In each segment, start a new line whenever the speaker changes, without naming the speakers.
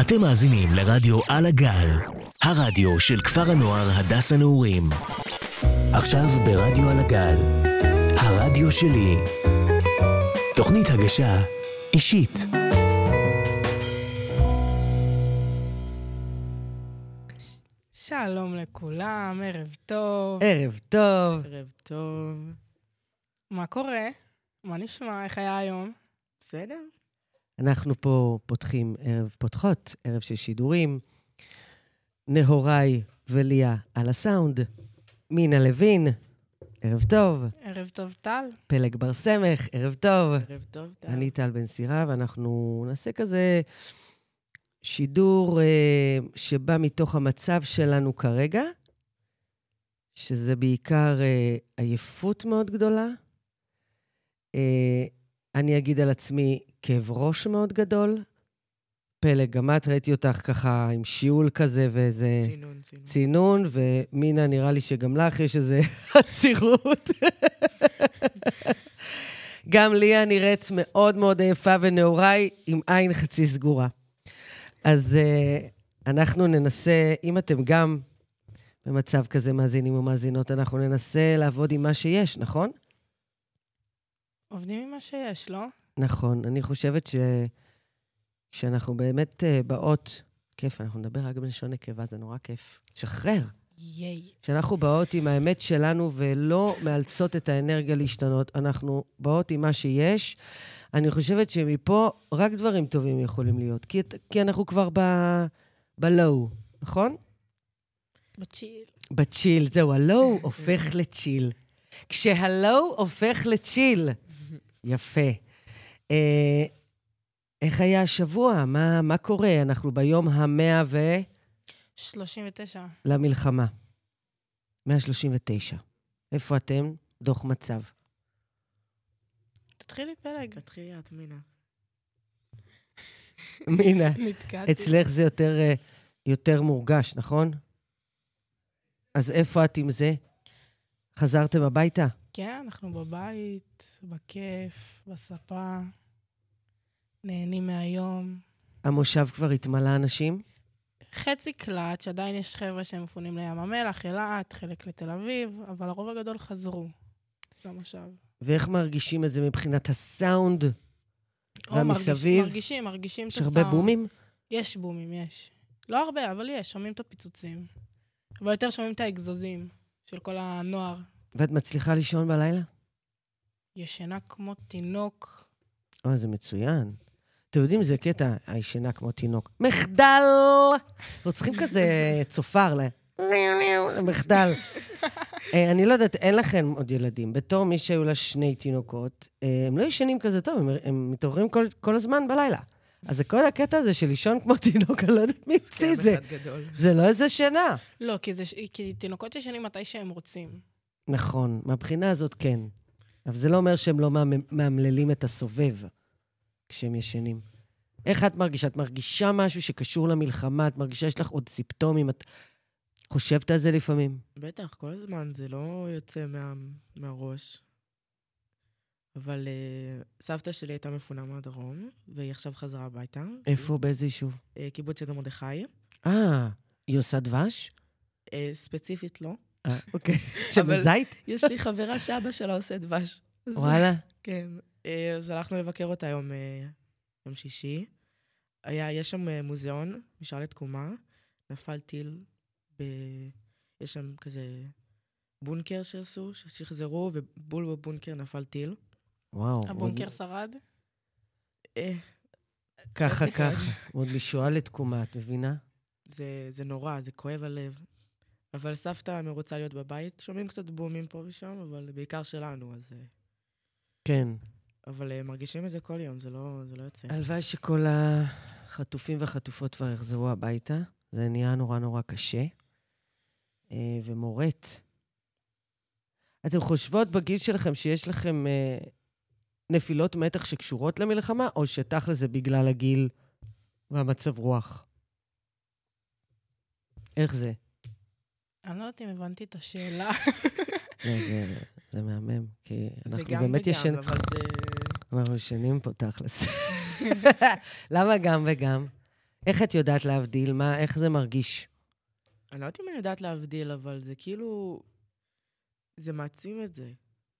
אתם מאזינים לרדיו על הגל, הרדיו של כפר הנוער הדס הנעורים. עכשיו ברדיו על הגל, הרדיו שלי. תוכנית הגשה אישית.
שלום לכולם, ערב טוב.
ערב טוב.
ערב טוב.
מה קורה? מה נשמע? איך היה היום?
בסדר?
אנחנו פה פותחים ערב, פותחות ערב של שידורים. נהוראי וליה על הסאונד. מינה לוין, ערב טוב.
ערב טוב, טל.
פלג בר סמך, ערב טוב.
ערב טוב, טל.
אני טל בן סירה, ואנחנו נעשה כזה שידור אה, שבא מתוך המצב שלנו כרגע, שזה בעיקר אה, עייפות מאוד גדולה. אה, אני אגיד על עצמי כאב ראש מאוד גדול. פלג, גם את ראיתי אותך ככה עם שיעול כזה ואיזה
צינון, צינון.
צינון, ומינה, נראה לי שגם לך יש איזה עצירות. גם ליה נראית מאוד מאוד עייפה ונעוריי, עם עין חצי סגורה. אז uh, אנחנו ננסה, אם אתם גם במצב כזה מאזינים ומאזינות, אנחנו ננסה לעבוד עם מה שיש, נכון?
עובדים עם מה שיש, לא?
נכון. אני חושבת ש... כשאנחנו באמת uh, באות, כיף, אנחנו נדבר רק בלשון נקבה, זה נורא כיף. תשחרר.
ייי.
כשאנחנו באות עם האמת שלנו ולא מאלצות את האנרגיה להשתנות, אנחנו באות עם מה שיש. אני חושבת שמפה רק דברים טובים יכולים להיות, כי, כי אנחנו כבר ב... בלואו, נכון?
בצ'יל.
בצ'יל, זהו, הלואו הופך לצ'יל. כשהלואו הופך לצ'יל. יפה. אה, איך היה השבוע? מה, מה קורה? אנחנו ביום המאה ו...
39.
למלחמה. 139. איפה אתם? דוח מצב.
תתחילי פלג.
תתחילי את, מינה.
מינה,
נתקעתי.
אצלך זה יותר, אה, יותר מורגש, נכון? אז איפה את עם זה? חזרתם הביתה?
כן, אנחנו בבית, בכיף, בספה, נהנים מהיום.
המושב כבר התמלא אנשים?
חצי קלט, שעדיין יש חבר'ה שהם מפונים לים המלח, אילת, חלק לתל אביב, אבל הרוב הגדול חזרו לא למושב.
ואיך מרגישים את זה מבחינת הסאונד?
או, מרגיש-
והמסביב?
מרגישים, מרגישים את
יש
הסאונד.
הרבה בומים?
יש בומים, יש. לא הרבה, אבל יש, שומעים את הפיצוצים. אבל יותר שומעים את האגזוזים של כל הנוער.
ואת מצליחה לישון בלילה?
ישנה כמו תינוק.
אוי, זה מצוין. אתם יודעים, זה קטע, הישנה כמו תינוק. מחדל! רוצחים כזה צופר ל... מחדל. אה, אני לא יודעת, אין לכם עוד ילדים. בתור מי שהיו לה שני תינוקות, אה, הם לא ישנים כזה טוב, הם- הם מתעוררים כל- כל הזמן בלילה. אז זה כל הקטע הזה של לישון כמו תינוק, אני לא יודעת מי המציא את זה.
כאב אחד גדול.
זה לא איזה שינה.
לא, כי, זה, ש- כי תינוקות ישנים מתי שהם רוצים.
נכון, מהבחינה הזאת כן. אבל זה לא אומר שהם לא מאמ- מאמללים את הסובב כשהם ישנים. איך את מרגישה? את מרגישה משהו שקשור למלחמה? את מרגישה שיש לך עוד סימפטומים? את חושבת על זה לפעמים?
בטח, כל הזמן, זה לא יוצא מה- מהראש. אבל אה, סבתא שלי הייתה מפונה מהדרום, והיא עכשיו חזרה הביתה.
איפה? באיזה יישוב?
אה, קיבוץ יד מרדכי.
אה, היא עושה דבש?
אה, ספציפית לא.
אה, אוקיי. שבזית?
יש לי חברה שאבא שלה עושה דבש. אז-
וואלה.
כן. אה, אז הלכנו לבקר אותה יום, אה, יום שישי. היה, יש שם אה, מוזיאון, משאל לתקומה. נפל טיל ב... יש שם כזה בונקר שעשו, ששחזרו, ובול בבונקר נפל טיל.
וואו.
הבונקר
עוד-
שרד.
אה,
ככה,
זה
ככה. עוד משואה לתקומה, את מבינה?
זה, זה נורא, זה כואב הלב. אבל סבתא מרוצה להיות בבית, שומעים קצת בומים פה ושם, אבל בעיקר שלנו, אז... אה,
כן.
אבל אה, מרגישים את זה כל יום, זה לא, זה לא יוצא.
הלוואי שכל החטופים והחטופות כבר יחזרו הביתה. זה נהיה נורא נורא קשה אה, ומורט. אתם חושבות בגיל שלכם שיש לכם אה, נפילות מתח שקשורות למלחמה, או שתכל'ס זה בגלל הגיל והמצב רוח? איך זה?
אני לא יודעת אם הבנתי את השאלה.
לא, זה, זה מהמם, כי
זה
אנחנו
גם
באמת
וגם,
ישנים...
אבל זה...
אנחנו ישנים פה תכל'ס. למה גם וגם? איך את יודעת להבדיל? מה, איך זה מרגיש?
אני לא יודעת אם אני יודעת להבדיל, אבל זה כאילו... זה מעצים את זה.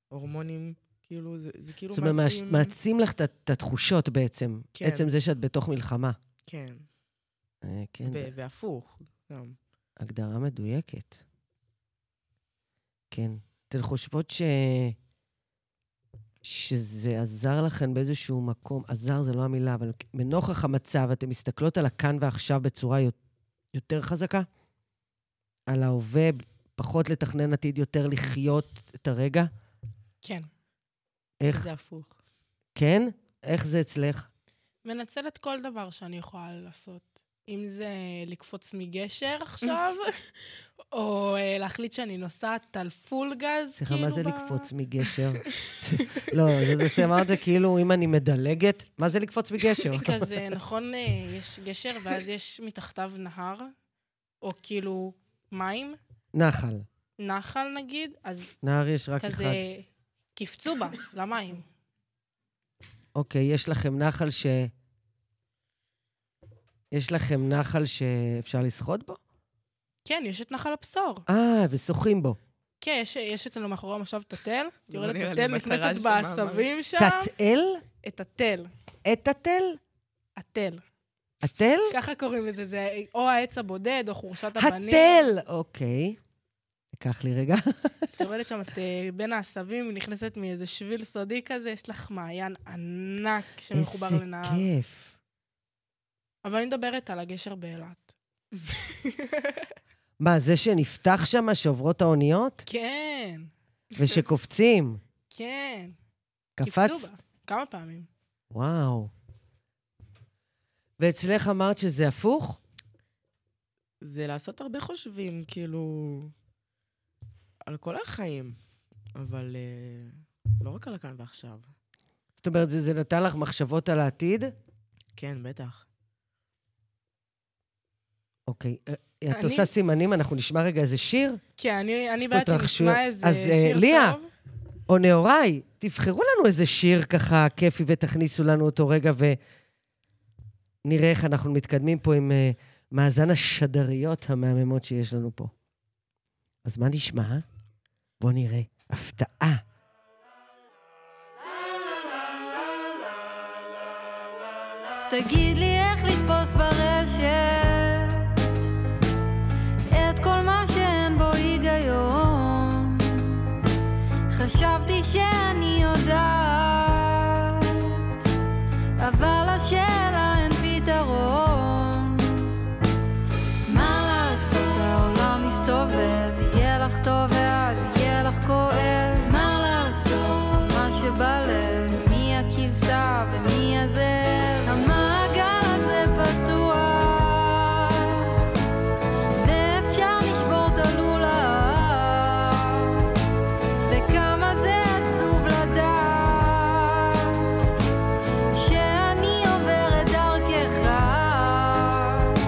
הורמונים, כאילו, זה, זה כאילו
זאת אומרת, מעצ- מעצים לך את- את התחושות בעצם.
כן.
עצם זה שאת בתוך מלחמה.
כן,
אה, כן, זו
ו- והפוך גם.
הגדרה מדויקת. כן. אתן חושבות ש... שזה עזר לכן באיזשהו מקום, עזר זה לא המילה, אבל בנוכח המצב, אתן מסתכלות על הכאן ועכשיו בצורה יו- יותר חזקה? על ההווה, פחות לתכנן עתיד, יותר לחיות את הרגע?
כן.
איך,
זה הפוך.
כן? איך זה אצלך?
מנצלת כל דבר שאני יכולה לעשות. אם זה לקפוץ מגשר עכשיו, או אה, להחליט שאני נוסעת על פול גז,
סליחה,
כאילו
מה זה
ב-
לקפוץ מגשר? לא, זה- זה זה- אמרת כאילו, אם אני מדלגת, מה זה לקפוץ מגשר?
כזה, נכון, אה, יש גשר ואז יש מתחתיו נהר, או כאילו מים,
נחל.
נחל נגיד, אז
נהר יש רק אחד.
כזה, קפצו בה, למים.
אוקיי, יש לכם נחל ש... יש לכם נחל שאפשר לשחות בו?
כן, יש את נחל הבשור.
אה, ושוחים בו.
כן, יש, יש אצלנו מאחורי המושב את התל, את יורדת
נראה לי
לתל,
מטרה
נכנסת
שמה, מה?
בעשבים שם,
תתאל?
את התל,
את התל?
התל.
התל?
ככה קוראים לזה, זה או העץ הבודד, או חורשת הבנים.
התל! אוקיי. תיקח לי רגע.
את יורדת שם, את אה, בין העשבים, נכנסת מאיזה שביל סודי כזה, יש לך מעיין ענק שמחובר
איזה
לנהר.
כיף.
אבל אני מדברת על הגשר באילת.
מה, זה שנפתח שם, שעוברות האוניות?
כן,
ושקופצים?
כן.
קפצת?
קפצו בה, כמה פעמים.
וואו. ואצלך אמרת שזה הפוך?
זה לעשות הרבה חושבים, כאילו, על כל החיים, אבל אה, לא רק על הכאן ועכשיו.
זאת אומרת, זה, זה נתן לך מחשבות על העתיד?
כן, בטח.
אוקיי. אה, את
אני-
עושה סימנים, אנחנו נשמע רגע איזה שיר?
כן, אני, אני
יש פה
בעד
התרחשויות.
שנשמע איזה
אז, אה,
שיר
ליה.
טוב.
או נהוראי, תבחרו לנו איזה שיר ככה כיפי ותכניסו לנו אותו רגע ונראה איך אנחנו מתקדמים פה עם אה, מאזן השדריות המהממות שיש לנו פה. אז מה נשמע? בואו נראה. הפתעה.
תגיד לי איך לתפוס ברשת את כל מה שאין בו היגיון. חשבתי שאני יודעת, אבל השאלה אין פתרון. מה לעשות, העולם מסתובב, יהיה לך טוב ואז יהיה לך כואב. מה לעשות, מה שבלב, מי הכבשה ומי הזאב. המעגל הזה פתוח, ואפשר לשבור את הלולב. וכמה זה עצוב לדעת, שאני עוברת דרכך.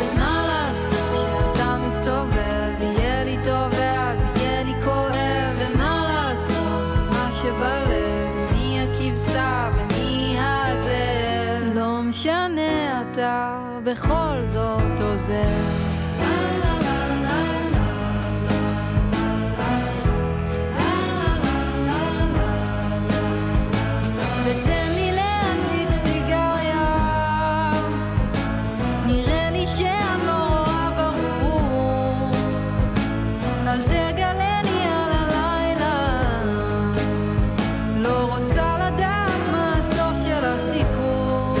ומה לעשות כשאתה מסתובב, יהיה לי טוב ואז יהיה לי כואב. ומה לעשות, מה שבלב, מי הכבשה ומי הזאב. לא משנה, אתה בכל זאת עוזר. ותן לי להדליק סיגריה נראה לי שאני לא רואה ברור. אל תגלה לי על הלילה. לא רוצה לדעת מה הסוף של הסיפור.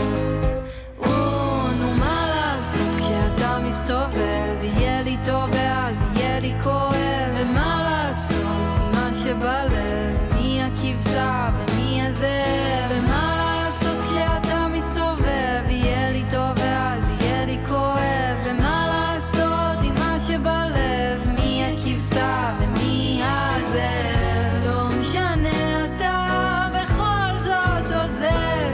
או, נו, מה לעשות כשאתה מסתובב? יהיה לי טוב ואז יהיה לי כואב.
E,
ומה לעשות עם מה שבלב? מי הכבשה ומי הזאב?
E,
ומה לעשות כשאתה מסתובב? יהיה לי טוב ואז יהיה לי כואב.
E,
ומה לעשות עם מה שבלב? מי הכבשה ומי הזאב? לא משנה, אתה בכל זאת עוזב.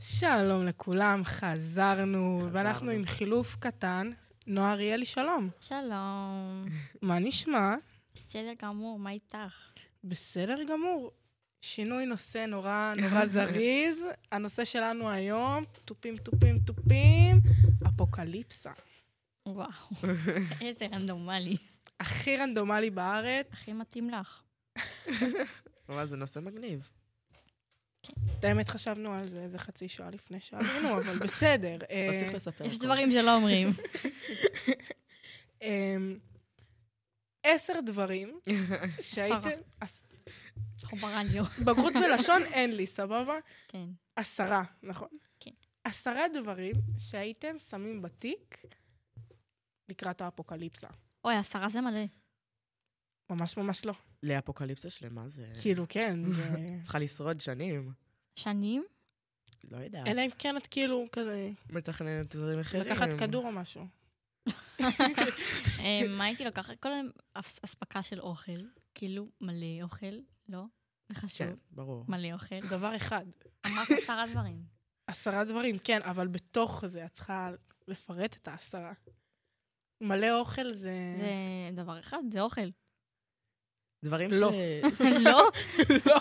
שלום לכולם, חזרנו, ואנחנו עם חילוף קטן. נועה אריאלי, שלום.
שלום.
מה נשמע?
בסדר גמור, מה איתך?
בסדר גמור. שינוי נושא נורא נורא זריז. הנושא שלנו היום, תופים, תופים, תופים, אפוקליפסה.
וואו, איזה רנדומלי.
הכי רנדומלי בארץ.
הכי מתאים לך.
אבל זה נושא מגניב.
את האמת, חשבנו על זה איזה חצי שעה לפני שעלינו, אבל בסדר.
לא
אה,
צריך לספר
יש
הכל.
דברים שלא אומרים.
אמ, עשר דברים
עשרה.
שהייתם... עש-
אנחנו ברדיו.
בגרות בלשון אין לי, סבבה?
כן.
עשרה, נכון?
כן.
עשרה דברים שהייתם שמים בתיק לקראת האפוקליפסה.
אוי, עשרה זה מלא.
ממש ממש לא.
לאפוקליפסה שלמה זה...
כאילו, כן, זה...
צריכה לשרוד שנים.
שנים?
לא יודע.
אלא אם כן את כאילו כזה
מתכננת דברים אחרים.
לקחת כדור או משהו.
אה, מה הייתי לוקחת? כל היום אס- אספקה של אוכל. כאילו, מלא אוכל, לא? זה חשוב.
כן, ברור.
מלא אוכל.
דבר אחד.
אמרת עשרה דברים.
עשרה דברים, כן, אבל בתוך זה את צריכה לפרט את העשרה. מלא אוכל זה...
זה דבר אחד, זה אוכל.
דברים
לא.
ש...
לא?
לא.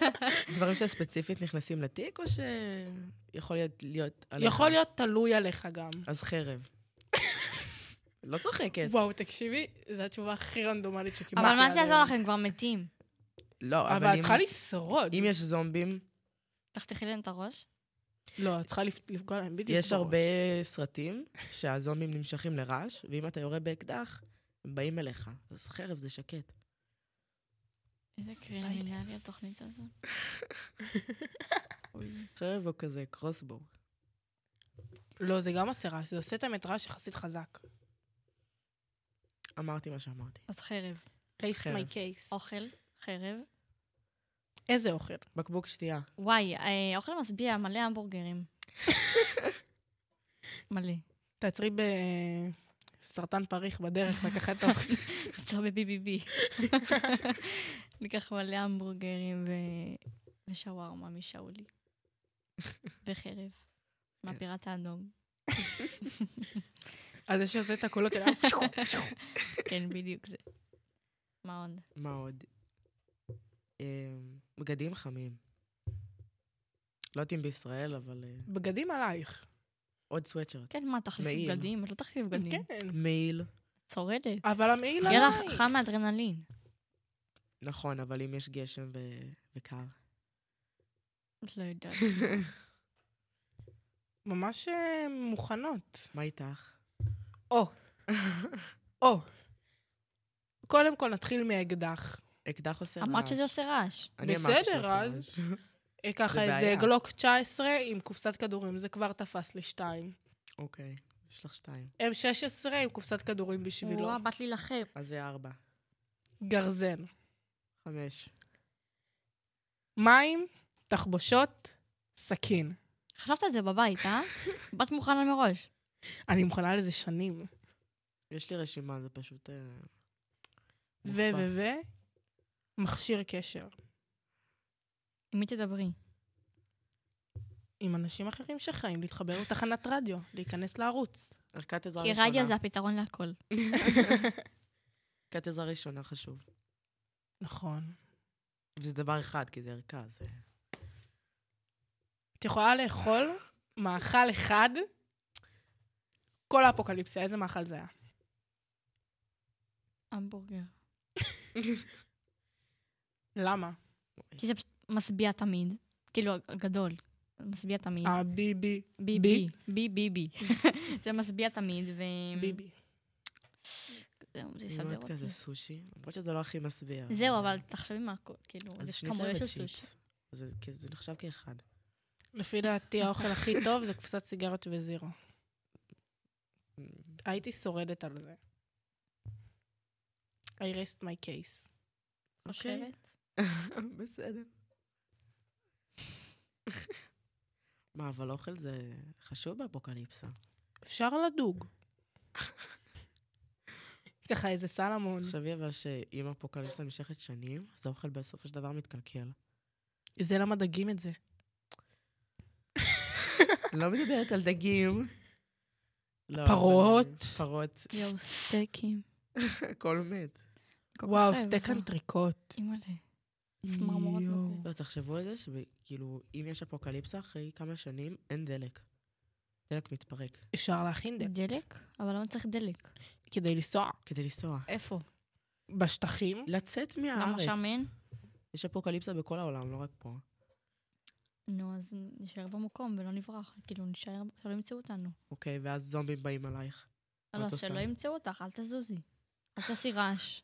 דברים שספציפית נכנסים לתיק, או שיכול להיות... להיות עליך?
יכול להיות תלוי עליך גם.
אז חרב. לא צוחקת.
וואו, תקשיבי, זו התשובה הכי רנדומלית שקיבלתי.
אבל מה זה
עד
יעזור
היום.
לכם? כבר מתים.
לא, אבל
אבל את
אם-
צריכה לשרוד.
אם יש זומבים,
תחתכי להם את הראש?
לא, את צריכה לפ- לפגוע להם בדיוק.
יש
בראש.
הרבה סרטים שהזומבים נמשכים לרעש, ואם אתה יורה באקדח, הם באים אליך. אז חרב זה שקט.
איזה קרינלי התוכנית הזאת.
חרב הוא כזה קרוסבו.
לא, זה גם עשרה, זה עושה את המטרש יחסית חזק.
אמרתי מה שאמרתי.
אז חרב.
Placed
חרב.
my case.
אוקיי.
אוכל, חרב.
איזה אוכל?
בקבוק שתייה.
וואי, אה, אוכל משביע, מלא המבורגרים. מלא.
תעצרי בסרטן פריך בדרך, לקחת את האוכל.
עצור ב-BBB. ניקח מלא המבורגרים ו... ושווארמה משאולי. וחרב. מהפיראט האדום.
אז זה שעושה את הקולות שלה.
כן, בדיוק זה. מה עוד?
מה עוד? אמ, בגדים חמים. לא יודעת אם בישראל, אבל אה,
בגדים עלייך.
עוד סוואטשרט.
כן, מה, תחליפי
מעיל.
בגדים? לא תחליפי בגדים.
כן.
מעיל.
צורדת.
אבל לא המעיל
יהיה
עלייך.
לך חם מאדרנלין.
נכון, אבל אם יש גשם ו- וקר.
לא יודעת.
ממש אה, מוכנות.
מה איתך?
או. או. קודם כל נתחיל מאקדח.
אקדח עושה רעש.
אמרת שזה עושה רעש.
אני אמרתי שזה
בסדר,
עושה
אז.
רעש.
אה, ככה
זה
איזה
בעיה.
גלוק 19 עם קופסת כדורים, זה כבר תפס לי שתיים.
אוקיי, אז יש לך שתיים.
M16 עם קופסת כדורים בשבילו.
וואו, באת להילחם.
אז זה ארבע.
גרזן.
חמש.
מים, תחבושות, סכין.
חשבת על זה בבית, אה? באת מוכנה מראש.
אני מוכנה לזה שנים.
יש לי רשימה, זה פשוט... אה,
ו,
מוחבא.
ו, ו, מכשיר קשר.
עם מי תדברי?
עם אנשים אחרים שחיים, להתחבר לתחנת רדיו, להיכנס לערוץ.
ערכת עזרה
כי
ראשונה.
רדיו זה הפתרון להכל.
ערכת עזרה ראשונה חשוב.
נכון.
וזה דבר אחד, כי זה ערכה, זה...
את יכולה לאכול מאכל אחד כל האפוקליפסיה, איזה מאכל זה היה?
המבורגר.
למה?
כי זה פשוט משביע תמיד. כאילו, הגדול. משביע תמיד.
הביבי,
בי
אה, בי?
אה, בי. בי בי בי. זה משביע תמיד, ו...
ביבי.
זהו, זה
אני
יסדר
אומרת
אותי.
כזה סושי, למרות שזה לא הכי משביע.
זהו, אבל תחשבי מה... כאילו,
אז
יש
שנית
כמויות של סושי.
וצ'יפס. זה כי זה נחשב כאחד.
לפי דעתי האוכל הכי טוב זה קופסת סיגריות וזירו. הייתי שורדת על זה. I rest my case.
אוקיי.
חושבת?
בסדר. מה, אבל אוכל זה חשוב באפוקליפסה.
אפשר לדוג. ככה איזה סלמון.
תחשבי אבל שאם אפוקליפסה נמשכת שנים, אז האוכל בסופו של דבר מתקלקל.
זה למה דגים את זה.
אני לא מדברת על דגים. לא,
פרות.
אבל, אה, פרות.
יואו, סטייקים.
הכל מת.
כל כך
וואו,
רעבה.
סטייק אנטריקוט.
אימא'לה. צמרמורת
יואו.
בפה.
לא, תחשבו על זה שכאילו, אם יש אפוקליפסה אחרי כמה שנים, אין דלק. דלק מתפרק.
אפשר להכין דלק.
דלק? אבל למה צריך דלק?
כדי לנסוע
כדי לנסוע.
איפה?
בשטחים.
לצאת מהארץ.
למה שם אין?
יש אפוקליפסה בכל העולם, לא רק פה.
נו, אז נשאר במקום ולא נברח. כאילו, נשאר, שלא ימצאו אותנו.
אוקיי, ואז זומבים באים עלייך.
לא,
את
אז
עושה?
שלא ימצאו אותך, אל תזוזי. אל תעשי רעש.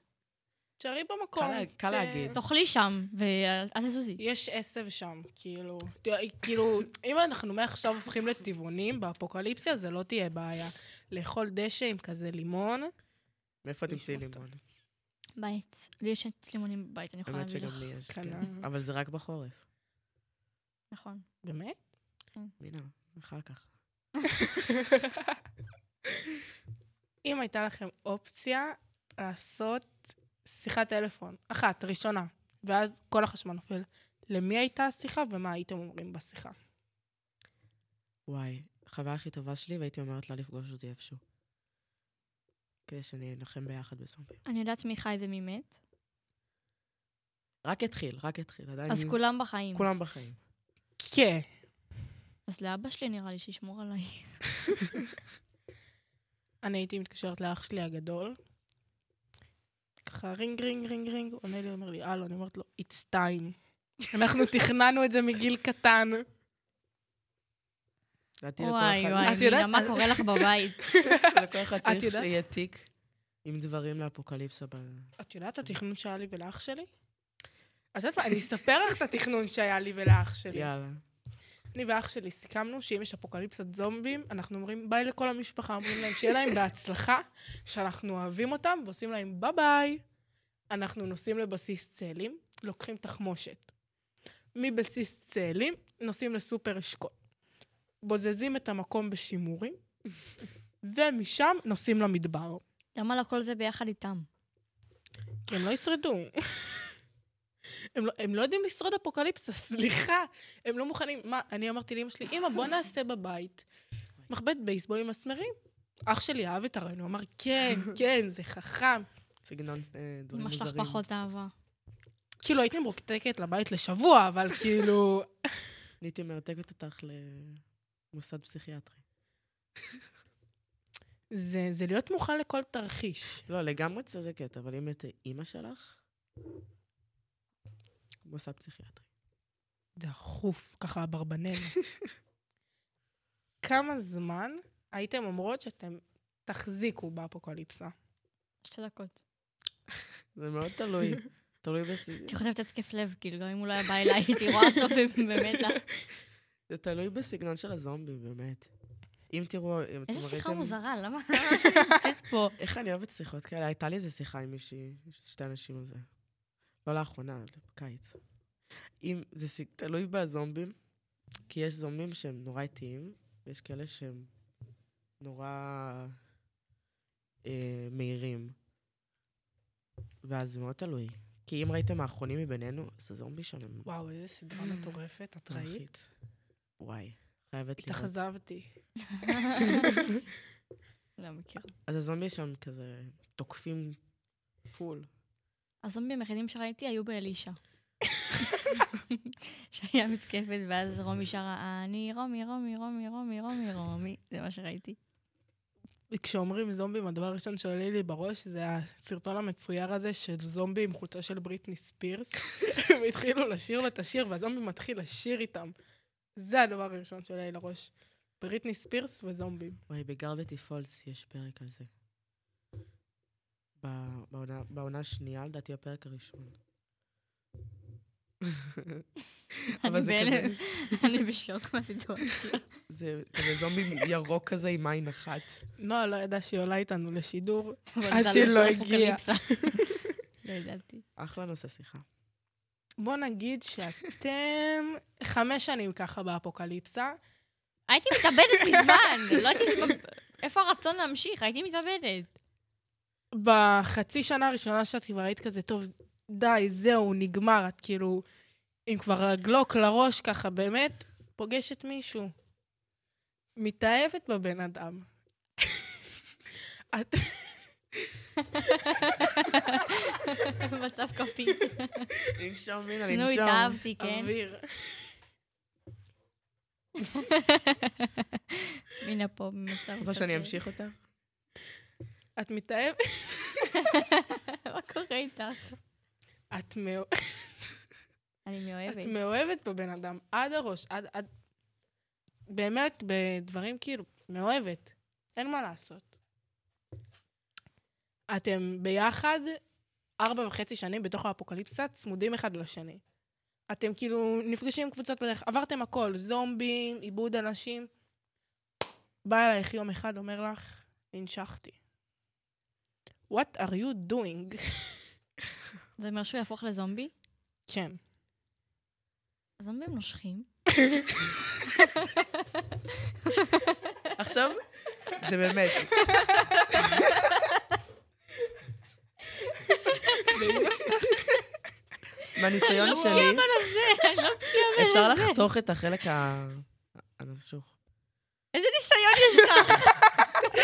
תשארי במקום.
קל- קל
ת-
להגיד.
תאכלי שם, ואל אל תזוזי.
יש עשב שם, כאילו. ת- כאילו, אם אנחנו מעכשיו הופכים לטבעונים באפוקליפסיה, זה לא תהיה בעיה. לאכול דשא עם כזה לימון,
מאיפה תמצאי
נשמע
לימון?
בית. לי יש את לימונים בבית, אני יכולה
האמת
להביא
שגם
לך.
לי יש, כן.
קנה.
אבל זה רק בחורף.
נכון.
באמת?
מינה, אחר כך.
אם הייתה לכם אופציה לעשות שיחת טלפון, אחת, ראשונה, ואז כל החשמל נופל, למי הייתה השיחה ומה הייתם אומרים בשיחה?
וואי, החוויה הכי טובה שלי, והייתי אומרת לה לפגוש אותי איפשהו. כדי שנלחם ביחד בזומבים.
אני יודעת מי חי ומי מת,
רק התחיל, רק התחיל. עדיין...
אז כולם בחיים.
כולם בחיים.
כן.
אז לאבא שלי נראה לי שישמור עליי.
אני הייתי מתקשרת לאח שלי הגדול, ככה רינג, רינג, רינג, רינג, עונה לי, אומר לי, הלו, אני אומרת לו, it's time. אנחנו תכננו את זה מגיל קטן.
לדעתי לכל
וואי,
אחד-
וואי,
את
מינה,
יודעת-
מה קורה לך בבית?
לכל אחד
את
צריך
יודעת?
שיהיה תיק עם דברים לאפוקליפסה. ב-
את יודעת התכנון שהיה לי ולאח שלי? את יודעת מה, אני אספר לך את התכנון שהיה לי ולאח שלי.
יאללה.
אני ואח שלי סיכמנו שאם יש אפוקליפסת זומבים, אנחנו אומרים ביי לכל המשפחה, אומרים להם שיהיה להם בהצלחה, שאנחנו אוהבים אותם ועושים להם ביי ביי. אנחנו נוסעים לבסיס צאלים, לוקחים תחמושת. מבסיס צאלים, נוסעים לסופר אשכול. בוזזים את המקום בשימורים, ומשם נוסעים למדבר.
למה לא כל זה ביחד איתם?
כי הם לא ישרדו. הם לא, הם לא יודעים לשרוד אפוקליפסה, סליחה. הם לא מוכנים. מה, אני אמרתי לאמא שלי, אמא, בוא נעשה בבית מחבט בייסבול עם מסמרים. אח שלי אהב את הרעיון, הוא אמר, כן, כן, זה חכם.
סגנון אה, דברים
אמא
מוזרים.
שלך פחות אהבה.
כאילו, הייתי מרותקת לבית לשבוע, אבל כאילו...
אני הייתי מרתקת אותך למוסד פסיכיאטרי.
זה, זה להיות מוכן לכל תרחיש.
לא, לגמרי צודקת, אבל אם את אימא שלך, מוסד פסיכיאטרי.
דחוף, ככה אברבנל. כמה זמן הייתם אומרות שאתם תחזיקו באפוקליפסה?
שתי דקות.
זה מאוד תלוי. תלוי בסיס...
הייתי חושבת התקף לב, כאילו, גם אם הוא לא היה בא אליי, הייתי רואה לא. צופים במתח.
זה תלוי בסגנון של הזומבים, באמת. אם תראו... אם אתם
איזה שיחה
ראיתם-
מוזרה, למה? נמצאת פה.
איך אני אוהבת שיחות כאלה? הייתה לי איזה שיחה עם מישהי, שתי אנשים על זה. לא לאחרונה, בקיץ. אם זה ס- תלוי בזומבים, כי יש זומבים שהם נורא איטיים, ויש כאלה שהם נורא אה, מהירים. ואז זה מאוד תלוי. כי אם ראיתם האחרונים מבינינו, אז הזומבי שם הם
וואו, איזה סדרה מטורפת, את ראית?
מרחית. וואי, חייבת לראות.
התאכזבתי.
לא מכיר.
אז הזומבי שם כזה תוקפים פול.
הזומבים היחידים שראיתי היו באלישע. שהיה מתקפת, ואז רומי שרה, "אה, אני רומי, רומי, רומי, רומי, רומי, רומי. זה מה שראיתי.
כשאומרים זומבים, הדבר הראשון שעולה לי בראש זה הסרטון המצויר הזה של זומבי עם חולצה של בריטני ספירס, והתחילו לשיר לו את השיר, והזומבי מתחיל לשיר איתם. זה הדבר הראשון שעולה לי לראש. בריטני ספירס וזומבים.
וואי, בגרבטי פולס יש פרק על זה. ב- בעונה- בעונה השנייה, לדעתי, הפרק הראשון. אבל
אני
זה
בהלם.
כזה,
אני בשוק מהסיטואציה.
זה כזה זומבי ירוק כזה עם עין אחת.
נועה לא ידעה שהיא עולה איתנו לשידור.
אבל
עד
זה
שהיא
על
לא
כל
הגיעה.
אפוקליפסה. לא ידעתי.
אחלה נושא שיחה.
בוא נגיד שאתם חמש שנים ככה באפוקליפסה.
הייתי מתאבדת מזמן, לא הייתי... איפה הרצון להמשיך? הייתי מתאבדת.
בחצי שנה הראשונה שאת כבר היית כזה, טוב, די, זהו, נגמר. את כאילו, עם כבר הגלוק לראש ככה, באמת, פוגשת מישהו. מתאהבת בבן אדם. את...
מצב כפי.
לנשום, הנה,
נו,
לנשום.
התאהבתי, כן?
אוויר.
הנה פה, במצב
רוצה שאני
כפי.
אמשיך אותה?
את מתאהבת...
מה קורה איתך?
את מאו-
אני
את
מאוהבת.
מאוהבת בבן אדם, עד הראש, עד... עד... באמת, בדברים כאילו, מאוהבת. אין מה לעשות. אתם ביחד ארבע וחצי שנים בתוך האפוקליפסה, צמודים אחד לשני. אתם כאילו נפגשים עם קבוצות בדרך, עברתם הכל, זומבים, עיבוד אנשים. בא אלייך יום אחד, אומר לך, ננשכתי. What are you doing?
זה אומר שהוא יהפוך לזומבי?
כן.
זומבים נושכים.
עכשיו? זה באמת. מהניסיון
לא
שלי,
אני לא בקיאה בזה.
אפשר לחתוך את החלק ה... הנשוך.
איזה ניסיון יש לך?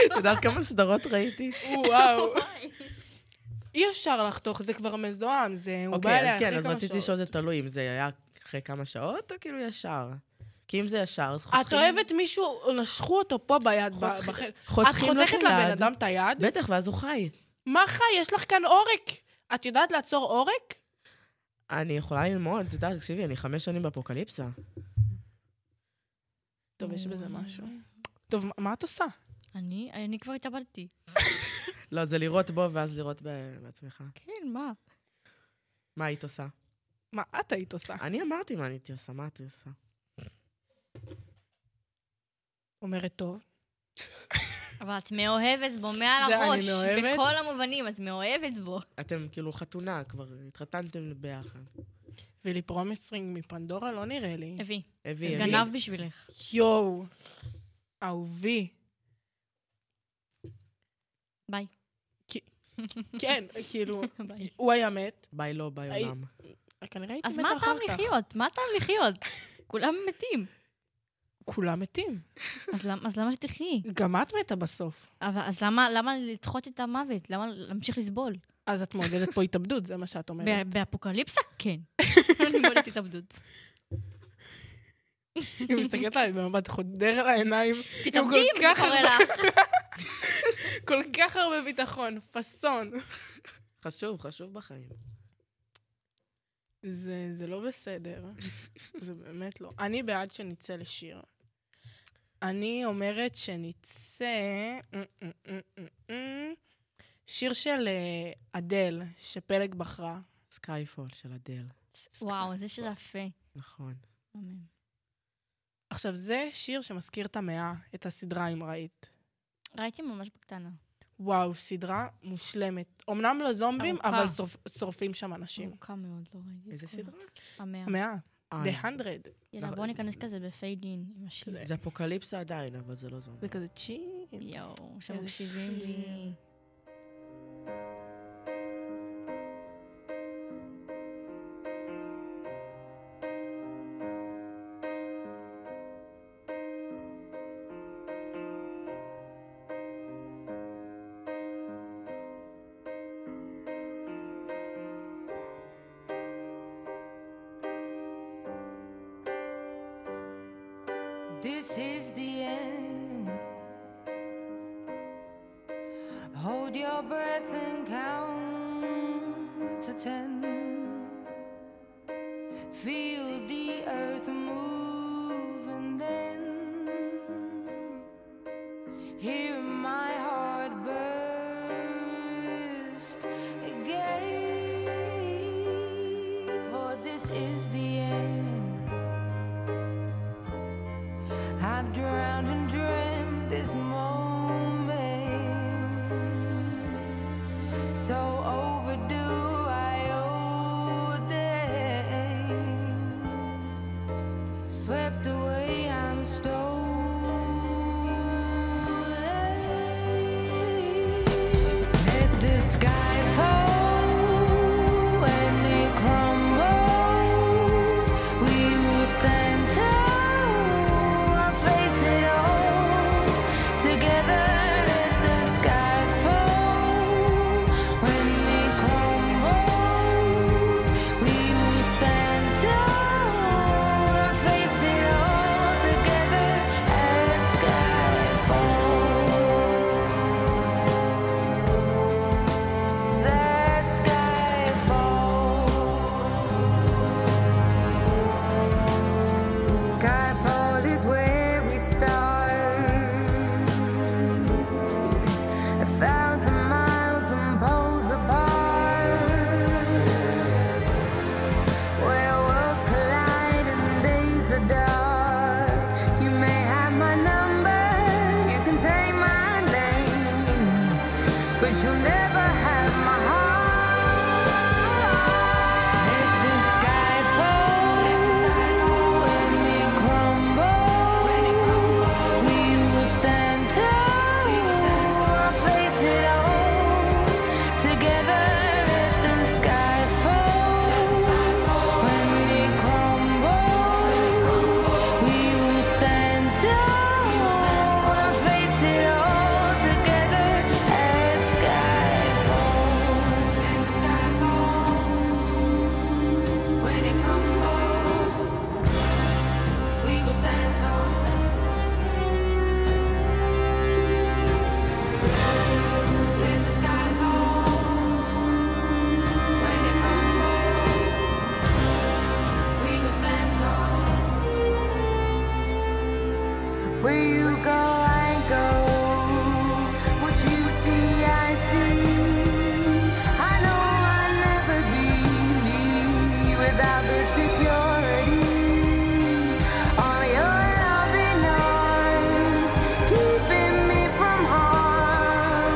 את יודעת כמה סדרות ראיתי? אוקיי,
וואו. אי אפשר לחתוך, זה כבר מזוהם, זה... הוא בא
אוקיי, אז כן,
אליה אחרי כמה
אז
שעות.
רציתי לשאול זה תלוי אם זה היה אחרי כמה שעות או כאילו ישר. כי אם זה ישר, אז חותכים...
את אוהבת מישהו, נשכו אותו פה ביד, ב-
חותכים-
בחלק. את
חותכים לו את
חותכת לבן
היד.
אדם את היד?
בטח, ואז הוא חי.
מה חי? יש לך כאן עורק. את יודעת לעצור עורק?
אני יכולה ללמוד, את יודעת, תקשיבי, אני חמש שנים באפוקליפסה.
טוב, יש בזה משהו. טוב, מה- מה את עושה?
אני? אני כבר התאבדתי.
לא, זה לראות בו ואז לראות ב- בעצמך.
כן, מה?
מה היית עושה?
מה את היית עושה?
אני אמרתי מה אני הייתי עושה, מה את עושה?
אומרת טוב.
אבל את מאוהבת בו מעל
זה אני
הראש.
מאוהבת?
בכל המובנים, את מאוהבת בו.
אתם כאילו חתונה, כבר התחתנתם ביחד.
ולי פרומסרינג מפנדורה לא נראה לי.
אבי,
אבי, אבי.
גנב בשבילך.
יואו. אהובי.
ביי.
כן, כאילו,
ביי.
הוא היה מת.
ביי לא, ביי
היי.
עולם.
כנראה הייתי
אז
מתה
מה
אחר כך.
הטעם לחיות? מה הטעם לחיות? כולם מתים.
כולם מתים.
אז למ- אז למה שתחי?
גם את מתה בסוף.
אבל אז למה למה לדחות את המוות? למה להמשיך לסבול?
אז את מעודדת פה התאבדות, זה מה שאת אומרת.
ב- באפוקליפסה? כן. אני מולדת התאבדות.
היא מסתכלת עליי במבט חודר לעיניים,
תתאבדי אם זה
כך לא-
קורה לך.
כל כך הרבה ביטחון, פאסון.
חשוב, חשוב בחיים.
זה זה לא בסדר. זה באמת לא. אני בעד שנצא לשיר. אני אומרת שנצא... שיר של אה, אדל, שפלג בחרה.
סקייפול של אדל,
וואו, זה שזה יפה.
נכון.
מהמם.
עכשיו, זה שיר שמזכיר את המאה, את הסדרה, אם ראית.
ראיתי ממש בקטנה.
וואו, סדרה מושלמת. אמנם לא זומבים,
ארוכה.
אבל שורפ- שורפים שם אנשים.
ארוכה מאוד, לא ראיתי. את
איזה
כולה.
סדרה?
המאה.
המאה.
אה,
The 100.
יאללה,
אה,
בואו ניכנס כזה בפייד אין עם השיר.
זה אפוקליפסה עדיין, אבל זה לא זו.
זה כזה צ'י.
יואו,
איזה
שמקשיבים לי.
This is the end. Hold your breath and count to ten. Feel the earth move and then hear my heart burst again. For this is the end. I've drowned and dreamt this moment. So overdue, I owe them. Swept away, I'm stolen. Let the sky fall when it crumbles. We will stand tall, face it all. You'll never have my heart. Let the sky fall. When it crumbles, we will stand tall. Face it all. Together, let the sky fall. When it crumbles, we will stand tall. Face it all together at skyfall. When it crumbles, we will stand tall. When the sky falls, when it crumbles, we will stand tall. Where you go, I go. What you see, I see. I know I'll never be me without the security. All your loving arms keeping me from harm.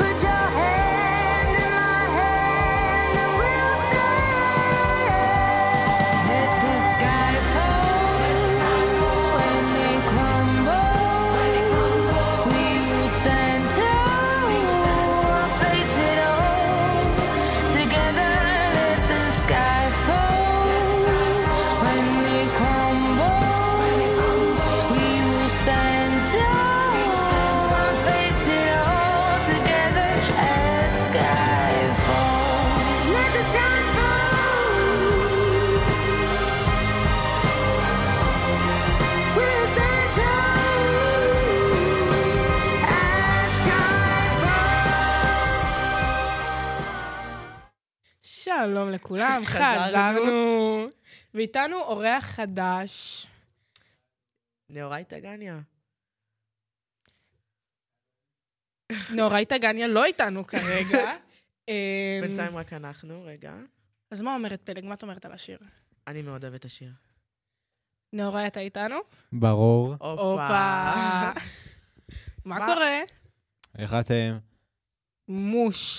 Put your hand in my hand and we'll stand. Let the sky fall. When it crumbles, we will stand tall. Face it all. Together, let the sky fall. When it crumbles, we will stand tall. Face it all together at skyfall. Let the sky fall. We'll stand tall at skyfall.
שלום לכולם, חזרנו. ואיתנו אורח חדש.
נאורייתא גניה.
נאורייתא גניה לא איתנו כרגע. אמ,
בינתיים רק אנחנו, רגע.
אז מה אומרת פלג? מה את אומרת על השיר?
אני מאוד אוהבת את השיר.
נאורי, אתה איתנו?
ברור.
הופה. מה
מה?
קורה?
איך אתם?
מוש.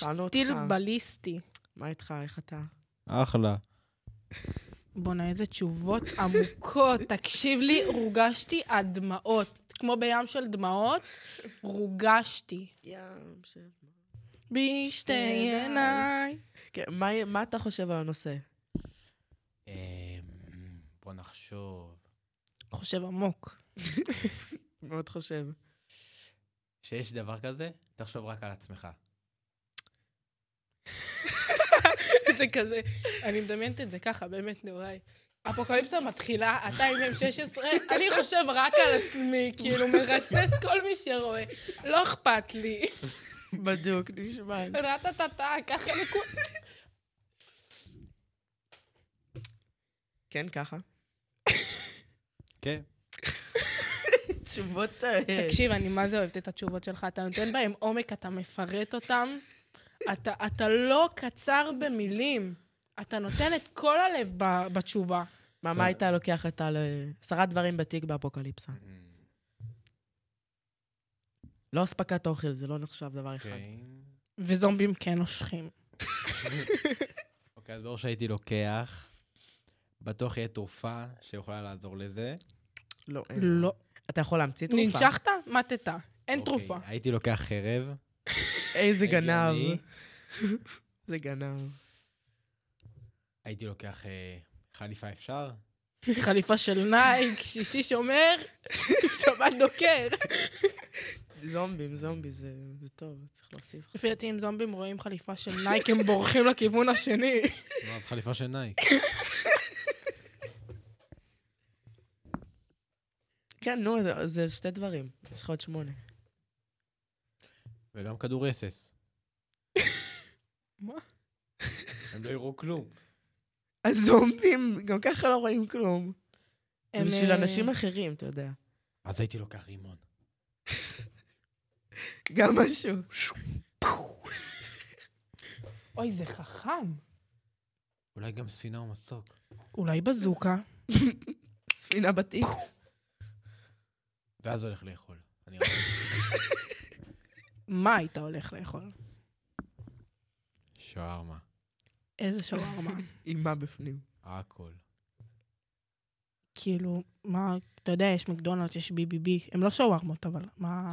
שאלנו אותך.
טיל בליסטי.
מה איתך? איך אתה?
אחלה.
בואנה, איזה תשובות עמוקות. תקשיב לי, רוגשתי עד דמעות. כמו בים של דמעות, רוגשתי.
ים של...
בשתי
עיניי.
עיניי.
כן, מה- מה אתה חושב על הנושא?
אמ, בוא נחשוב.
חושב עמוק.
מאוד חושב.
שיש דבר כזה, תחשוב רק על עצמך.
זה כזה, אני מדמיינת את זה ככה, באמת, נאורי. אפוקליפסה מתחילה, אתה עם M16, אני חושב רק על עצמי, כאילו, מרסס כל מי שרואה. לא אכפת לי.
בדוק, נשמע.
רטטטה, ככה לכו...
כן, ככה.
כן.
תשובות... אה,
תקשיב, אני מה זה אוהבת את התשובות שלך, אתה נותן בהן עומק, אתה מפרט אותן. אתה, אתה לא קצר במילים, אתה נותן את כל הלב ב, בתשובה.
מה, מה היית לוקח את על... אה, עשרה דברים בתיק באפוקליפסה.
אמ,
לא אספקת אוכל, זה לא נחשב דבר אחד.
אוקיי.
וזומבים כן נושכים.
אוקיי, אז ברור שהייתי לוקח. בטוח יהיה תרופה שיכולה לעזור לזה.
לא, אין.
לא.
אתה יכול להמציא תרופה.
ננשכת? מתת. אין
אוקיי,
תרופה.
הייתי לוקח חרב.
איזה
הגיוני.
גנב. זה גנב.
הייתי לוקח אה, חליפה אפשר.
חליפה של נייק, שישי שומר, שבת דוקר.
זומבים, זומבים, זה זה טוב, צריך להוסיף.
לפי דעתי, אם זומבים רואים חליפה של נייק, הם בורחים לכיוון השני.
נו, אז חליפה של נייק.
כן, נו, זה- זה שתי דברים. יש לך עוד שמונה.
וגם כדור אסס.
מה?
הם לא יראו כלום.
הזומבים גם ככה לא רואים כלום. זה
הם,
בשביל
אה,
אנשים אחרים, אתה יודע.
אז הייתי לוקח רימון.
גם משהו.
אוי, זה חכם.
אולי גם ספינה או מסוק.
אולי בזוקה.
ספינה בתיק.
ואז הולך לאכול. אני רואה.
מה היית הולך לאכול?
שווארמה,
איזה שווארמה.
עם מה בפנים?
הכל.
כאילו, מה, אתה יודע, יש מקדונלדס, יש BBB, הם לא שווארמות, אבל מה...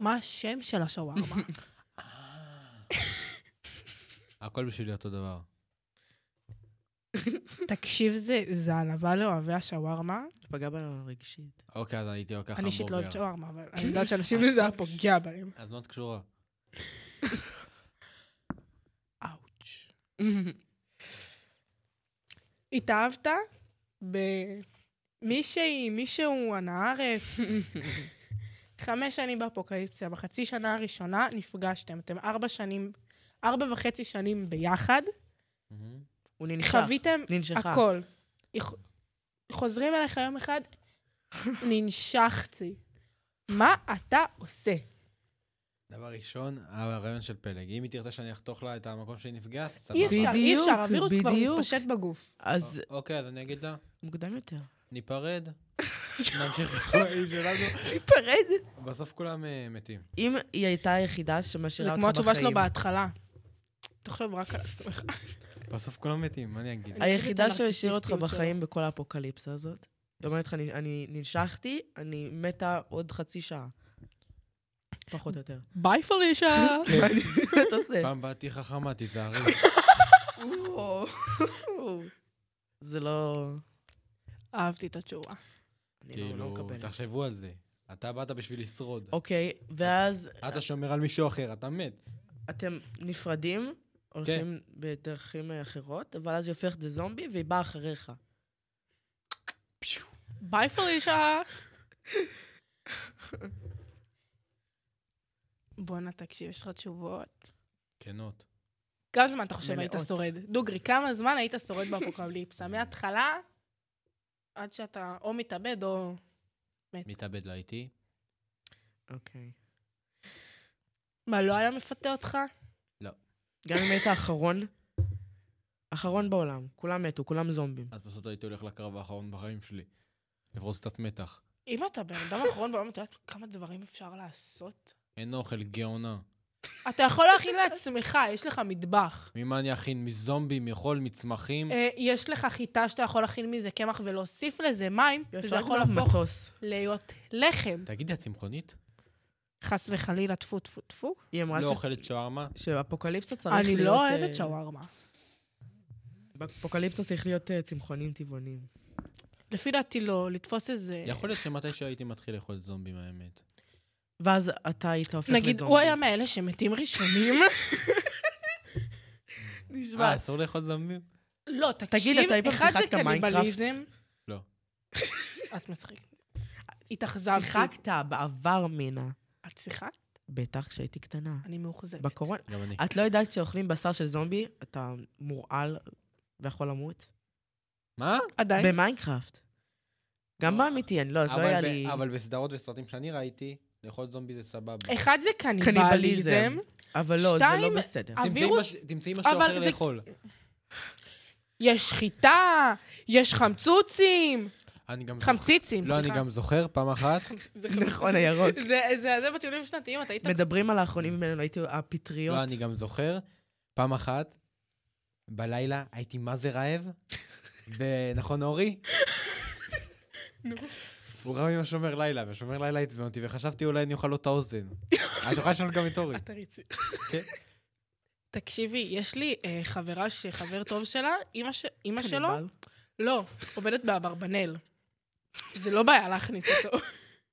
מה השם של השווארמה?
הכל בשבילי אותו דבר.
תקשיב, זה, זה עלבה לאוהבי השווארמה.
זה פגע בנו רגשית.
אוקיי, אז הייתי לוקח
אני אישית לא
המבורגר.
אוהבת שווארמה, אבל אני יודעת שאנשים מזה היה פוגע בהם.
אז מה את קשורה?
אאוץ'. התאהבת במישהי, מישהו, אנא ערף. חמש שנים באפוקליפסיה, בחצי שנה הראשונה נפגשתם. אתם ארבע שנים, ארבע וחצי שנים ביחד.
מהמם.
הוא ננשך.
חוויתם
ננשכה.
הכל. יכ- חוזרים אליך יום אחד, ננשכתי. מה אתה עושה?
דבר ראשון, הרעיון של פלג. אם היא תרצה שאני אחתוך לה את המקום שהיא נפגעת, סבבה.
אי אפשר, אי
בדיוק,
אפשר, הווירוס כבר
בדיוק.
מתפשט בגוף.
אז
א- אוקיי, אז אני אגיד לה,
מוקדם יותר.
ניפרד, נמשיך בחיים שלנו.
ניפרד.
בסוף כולם אה, מתים.
אם היא הייתה היחידה
זה
שמשאירה אותך
כמו
בחיים.
התשובה שלו בהתחלה. תחשוב רק על עצמך.
בסוף כולם מתים, מה אני אגיד?
אני אוהבת את
היחידה שהשאירה אותך
הנרקיסיסטיות
בחיים בכל האפוקליפסה הזאת. היא אומרת לך, "אני- אני ננשכתי, אני מתה עוד חצי שעה. פחות או יותר.
ביי פלישה!
מה אני- מה אתה
אה.
עושה?
פעם באה תהיי חכמה, תיזהרי.
לא,
וואו. זה לא...
אהבתי את התשובה.
אני לא- לא
כאילו,
מקבלת.
תחשבו על זה. אתה באת בשביל לשרוד.
אוקיי, ואז
אתה שומר על מישהו אחר, אתה מת.
אתם נפרדים,
כן.
הולכים בדרכים אה, אחרות, אבל אז היא הופכת לזומבי והיא באה אחריך.
ביי פלישה! בואנה, תקשיב, יש לך תשובות.
כנות.
כמה זמן אתה חושב היית
מלאות.
שורד? דוגרי, כמה זמן היית שורד באפוקליפסה? מההתחלה עד שאתה או מתאבד או...
מתאבד לה איתי.
אוקיי.
מה, לא היה מפתה אותך?
גם אם היית האחרון, אחרון בעולם. כולם מתו, כולם זומבים.
אז פשוט הייתי הולך לקרב האחרון בחיים שלי. לפרוס קצת מתח.
אם אתה בן אדם אחרון בעולם, אתה יודע כמה דברים אפשר לעשות?
אין אוכל, גאונה.
אתה יכול להכין לעצמך, יש לך מטבח.
ממה אני אכין? מזומבים, מחול, מצמחים?
אה, יש לך חיטה שאתה יכול להכין מזה קמח ולהוסיף לזה מים, וזה יכול להפוך
מטוס.
להיות לחם.
תגידי, את צמחונית?
חס וחלילה, טפו, טפו, טפו.
היא אמרה ש-
לא אוכלת
אה.
שווארמה?
שאפוקליפסה צריך להיות...
אני לא
אה,
אוהבת שווארמה.
באפוקליפסה צריך להיות אה, צמחונים טבעונים.
לפי דעתי לא, לתפוס איזה...
יכול להיות שמתישהו הייתי מתחיל לאכול זומבים, האמת.
ואז אתה היית הופך לזומבי.
נגיד, הוא היה מאלה שמתים ראשונים.
נשמע.
אה, אסור לאכול זומבים?
לא, תקשיב,
תגיד, אתה אי פעם
אחד זה
שיחקת מיינקראפט?
קניבליזם.
לא.
את משחקת. התאכזבתי.
שיחקת בעבר, מינה.
את שיחקת?
בטח כשהייתי קטנה.
אני מאוכזבת.
בקורונה.
גם אני.
את לא יודעת שאוכלים בשר של זומבי, אתה מורעל ויכול למות?
מה?
עדיין.
במיינקראפט. גם באמיתי, אני לא, אז לא
אבל
היה
ב-
לי...
אבל בסדרות וסרטים שאני ראיתי, לאכול זומבי זה סבבה.
אחד זה קניבליזם.
קניבליזם. אבל לא, זה
שתיים,
לא בסדר.
אה,
תמצאי
הווירוס-
מש- תמצאי משהו
אבל
אחר
זה-
לאכול.
יש חיטה, יש חמצוצים.
אני גם זוכר-
חמציצים,
לא,
סליחה.
אני גם זוכר פעם אחת.
זה חמצ-
נכון, הירוק.
זה- זה זה בטיולים שנתיים, אתה היית...
מדברים על האחרונים ממנו, הייתי הפטריות.
לא, אני גם זוכר. פעם אחת, בלילה, הייתי מה זה רעב, ונכון, אורי? הוא רב עם השומר לילה, והשומר לילה עצבן אותי, וחשבתי אולי אני אוכל לו את האוזן. את יכולה לשאול גם את אורי.
אתה רציני.
כן.
תקשיבי, יש לי אה, חברה שחבר טוב שלה, אימא ש- אימא
קניבל.
שלו, לא, עובדת באברבנל. זה לא בעיה להכניס אותו.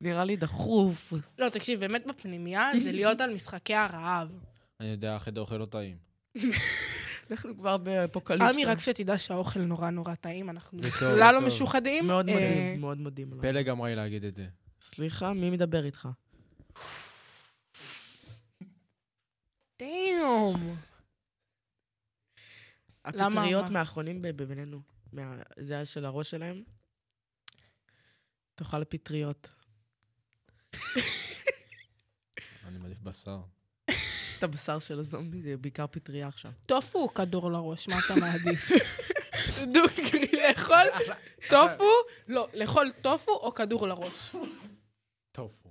נראה לי דחוף.
לא, תקשיב, באמת בפנימייה זה להיות על משחקי הרעב.
אני יודע, החדר אוכל לא טעים.
אנחנו כבר באפוקליפסה.
עמי, רק שתדע שהאוכל נורא נורא טעים, אנחנו
לא זה טוב,
בכלל
זה
לא
טוב.
משוחדים.
מאוד
אה,
מודים, מאוד מודים עליו.
פלג אמרה לי להגיד את זה.
סליחה, מי מדבר איתך?
דאם. למה?
הפטריות
מה?
מהאחרונים ב- בינינו. מה- זה היה של הראש שלהם. תאכל פטריות.
אני מעדיף בשר.
את הבשר של הזומבי, זה בעיקר פטריה עכשיו.
טופו הוא כדור לראש, מה אתה מעדיף? דוגרי, לאכול טופו? לא, לאכול טופו או כדור לראש.
טופו.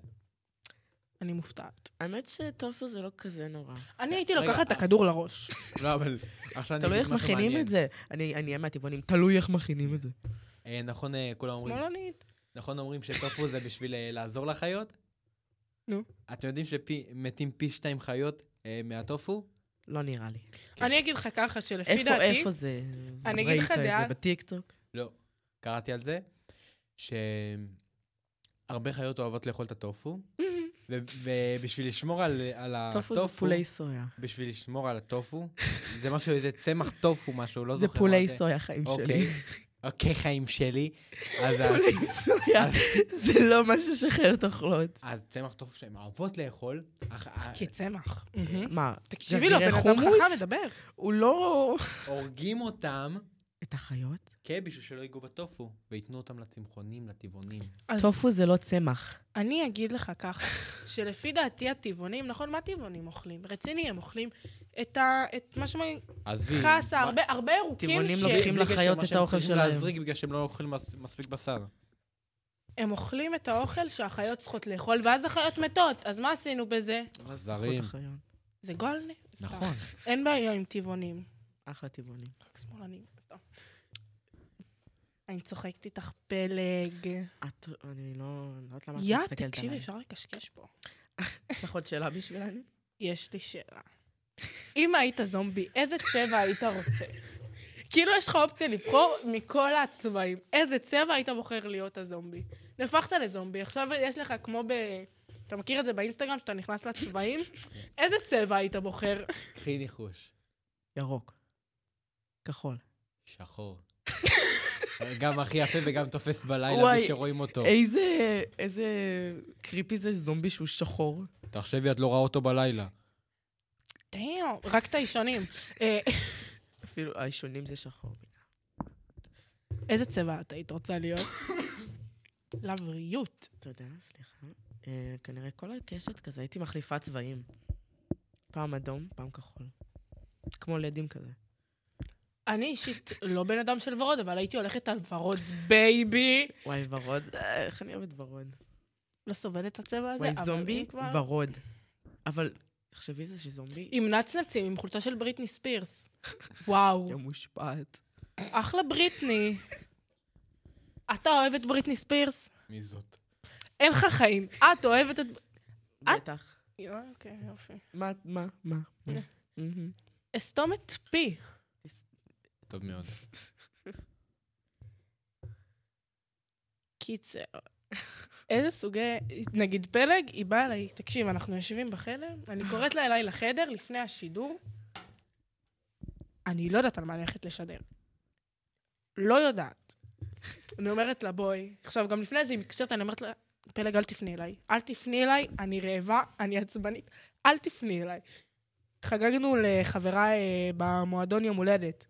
אני מופתעת.
האמת שטופו זה לא כזה נורא.
אני הייתי
רגע,
לוקחת את
אה.
הכדור לראש.
לא, אבל עכשיו אני
תלוי
אגיד
איך
משהו
מכינים
מעניין.
את זה. אני אני אהיה מהטבעונים, תלוי איך מכינים את זה.
אה, נכון, אה, כולם אומרים,
שמאלנית.
נכון אומרים שטופו זה בשביל אה, לעזור לחיות?
נו.
אתם יודעים שמתים פי שתיים חיות אה, מהטופו?
לא נראה לי.
אני אגיד לך ככה, שלפי
איפה,
דעתי,
איפה זה?
אני אגיד לך
ראית את
דעה-
זה בטיקטוק?
לא. קראתי על זה, שהרבה חיות אוהבות לאכול את הטופו, ו- ובשביל לשמור על, על
טופו זה
הטופו,
פולי סויה.
בשביל לשמור על הטופו, זה משהו, איזה צמח טופו משהו, לא
זה
זוכר. מה
פולי סויה, חיים
אוקיי.
שלי.
אוקיי, חיים שלי. אז ה-
פולי סויה. זה לא משהו שחיות אוכלות.
אז צמח טופו שהן אוהבות לאכול, אך- אה,
כצמח.
מה,
תקשיבי לו, לא, בן אדם
חומוס?
חכם מדבר.
הוא לא...
הורגים אותם,
את החיות?
כן, בשביל שלא ייגעו בטופו, וייתנו אותם לצמחונים, לטבעונים.
אז-
טופו זה לא צמח.
אני אגיד לך ככה, שלפי דעתי הטבעונים, נכון, מה טבעונים אוכלים? רציני, הם אוכלים את ה- את מה שמגיע,
עזבי.
חסה,
מה-
הרבה- הרבה ירוקים
טבעונים לא
ש-
לוקחים
בגלל שהם-
לחיות
מה
את
שהם
האוכל
צריכים
שלהם.
להזריק בגלל שהם לא אוכלים מס- מספיק בשר.
הם אוכלים את האוכל שהחיות צריכות לאכול, ואז החיות מתות, אז מה עשינו בזה?
אכזרים.
החיות.
זה גולנה.
נכון.
סתם. אין בעיה עם טבעונים,
אחלה טבעונים.
רק שמאלנים. סתם. אני צוחקת איתך פלג.
את, אני לא לא יודעת למה את
יא,
מסתכלת עליי.
תקשיבי, אפשר לקשקש פה.
יש לך עוד שאלה בשבילנו?
יש לי שאלה. אם היית זומבי, איזה צבע היית רוצה? כאילו, יש לך אופציה לבחור מכל הצבעים. איזה צבע היית בוחר להיות הזומבי? נהפכת לזומבי, עכשיו יש לך כמו ב... אתה מכיר את זה באינסטגרם, שאתה נכנס לצבעים? איזה צבע היית בוחר?
קחי ניחוש.
ירוק. כחול.
שחור. גם הכי יפה וגם תופס בלילה
וואי,
בלי שרואים אותו.
איזה, איזה קריפי זה זומבי שהוא שחור.
תחשבי, את לא רואה אותו בלילה.
דיום, רק את האישונים. אה,
אפילו האישונים זה שחור.
איזה צבע את היית רוצה להיות? לבריות.
תודה, סליחה. אה, כנראה כל הקשת כזה, הייתי מחליפה צבעים. פעם אדום, פעם כחול. כמו לדים כזה.
אני אישית לא בן אדם של ורוד, אבל הייתי הולכת על ורוד בייבי.
וואי, ורוד. אה, איך אני אוהבת ורוד.
לא סובלת את הצבע הזה,
וואי, אה,
אבל אם
זומבי,
כבר...
ורוד. אבל, תחשבי זה שזומבי
עם נצנצים, עם חולצה של בריטני ספירס. וואו,
היא מושפעת.
אחלה בריטני. אתה אוהב את בריטני ספירס?
מי זאת?
אין לך חיים. את אוהבת את... את?
בטח.
אוקיי, יופי.
מה, מה, מה?
אה.
מה? מהמם.
אסתום את פי.
טוב מאוד.
קיצר. איזה סוגי... נגיד פלג, היא באה אליי, תקשיב, אנחנו יושבים בחדר, אני קוראת לה אליי לחדר לפני השידור. אני לא יודעת על מה אני הולכת לשדר. לא יודעת. אני אומרת לה, בואי. עכשיו, גם לפני זה היא מתקשרת, אני אומרת לה, פלג, אל תפני אליי. אל תפני אליי, אני רעבה, אני עצבנית, אל תפני אליי. חגגנו לחברה אה, במועדון יום הולדת.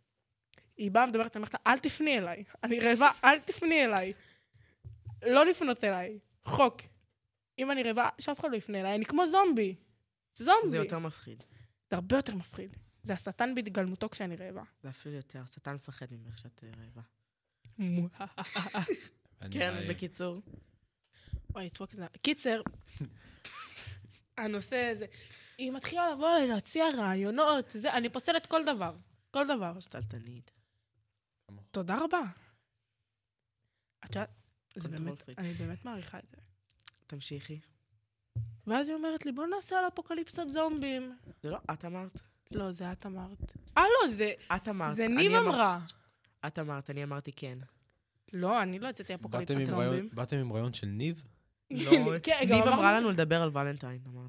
היא באה, מדברת, אני אומרת לה, אל תפני אליי. אני רעבה, אל תפני אליי. לא לפנות אליי. חוק. אם אני רעבה, שאף אחד לא יפנה אליי, אני כמו זומבי. זומבי.
זה יותר מפחיד.
זה הרבה יותר מפחיד. זה השטן בהתגלמותו כשאני רעבה.
זה אפילו יותר, השטן מפחד ממך שאת אה, רעבה.
אני
כן,
רעב.
בקיצור.
וואי, לדפוק את זה. קיצר, הנושא הזה. היא מתחילה לבוא אליי, להציע רעיונות, זה, אני פוסלת כל דבר. כל דבר.
שתלטנית.
תודה רבה. את יודעת, זה
קונטרול
באמת,
פריק.
אני באמת מעריכה את זה.
תמשיכי.
ואז היא אומרת לי, בוא נעשה על אפוקליפסת זומבים.
זה לא את אמרת?
לא, זה את אמרת. אה, לא, זה,
את אמרת.
זה
אני
ניב
אמר-
אמרה.
את אמרת, אני אמרתי כן.
לא, אני לא יצאתי
באתם
אפוקליפסת
עם רעיון-
זומבים.
באתם עם רעיון של ניב?
לא,
כן, גם
ניב אמרה
אמרנו-
לנו לדבר על ולנטיין, אמרנו.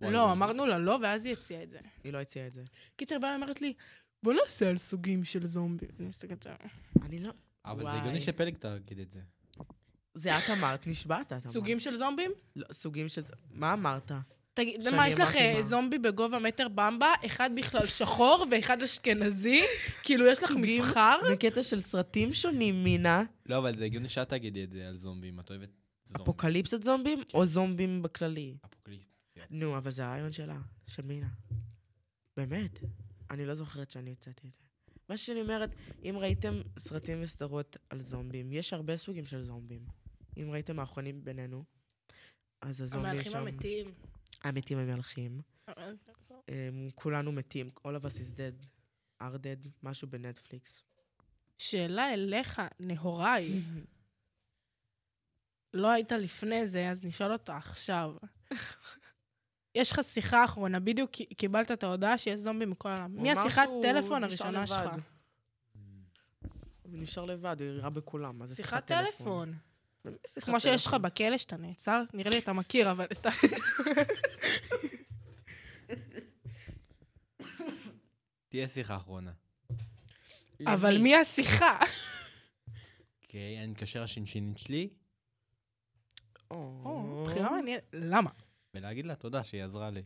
וואי,
לא, אמרנו לה לא, ואז היא הציעה את זה.
היא לא הציעה את זה.
קיצר, באה ואומרת לי, בוא נעשה על סוגים של זומבים. אני מסתכלת עליה.
אני לא...
אבל זה
וואי.
הגיוני שפלג תגיד את זה.
זה את אמרת, נשבעת, את אמרת.
סוגים של זומבים?
לא, סוגים של... מה אמרת?
תגיד,
שאני
מה, יש לך
אמרתי
אה,
מה?
זומבי בגובה מטר במבה, אחד בכלל שחור ואחד אשכנזי? כאילו, יש לך
סוגים?
מבחר?
בקטע של סרטים שונים, מינה.
לא, אבל זה הגיוני שאת תגידי את זה על זומבים. את אוהבת זומבים.
אפוקליפסת זומבים או זומבים בכללי?
אפוקליפסיה.
נו, אבל זה הרעיון שלה, של מינה. באמת. אני לא זוכרת שאני הצעתי את זה. מה שאני אומרת, אם ראיתם סרטים וסדרות על זומבים, יש הרבה סוגים של זומבים. אם ראיתם האחרונים בינינו, אז הזומבי שם...
המהלכים המתים.
המתים הם מהלכים. אמ, כולנו מתים, All of us is dead, are dead, משהו בנטפליקס.
שאלה אליך, נהוראי. לא היית לפני זה, אז נשאל אותה עכשיו. יש לך שיחה אחרונה, בדיוק כי- קיבלת את ההודעה שיש זומבים מכל העולם.
הוא
מי
אמר
השיחת
שהוא נשאר
טלפון הראשונה
לבד.
שלך?
הוא נשאר לבד, הוא ירה בכולם, מה זה
שיחת טלפון.
באמת שיחת
כמו שיש לך
טלפון.
בכלא שאתה נעצר, נראה לי אתה מכיר, אבל סתם.
תהיה שיחה אחרונה.
אבל
למי?
מי השיחה?
אוקיי, אני מקשר לשינשינית שלי,
או,
או,
בחירה מעניינת. למה?
ולהגיד לה תודה שהיא עזרה לי.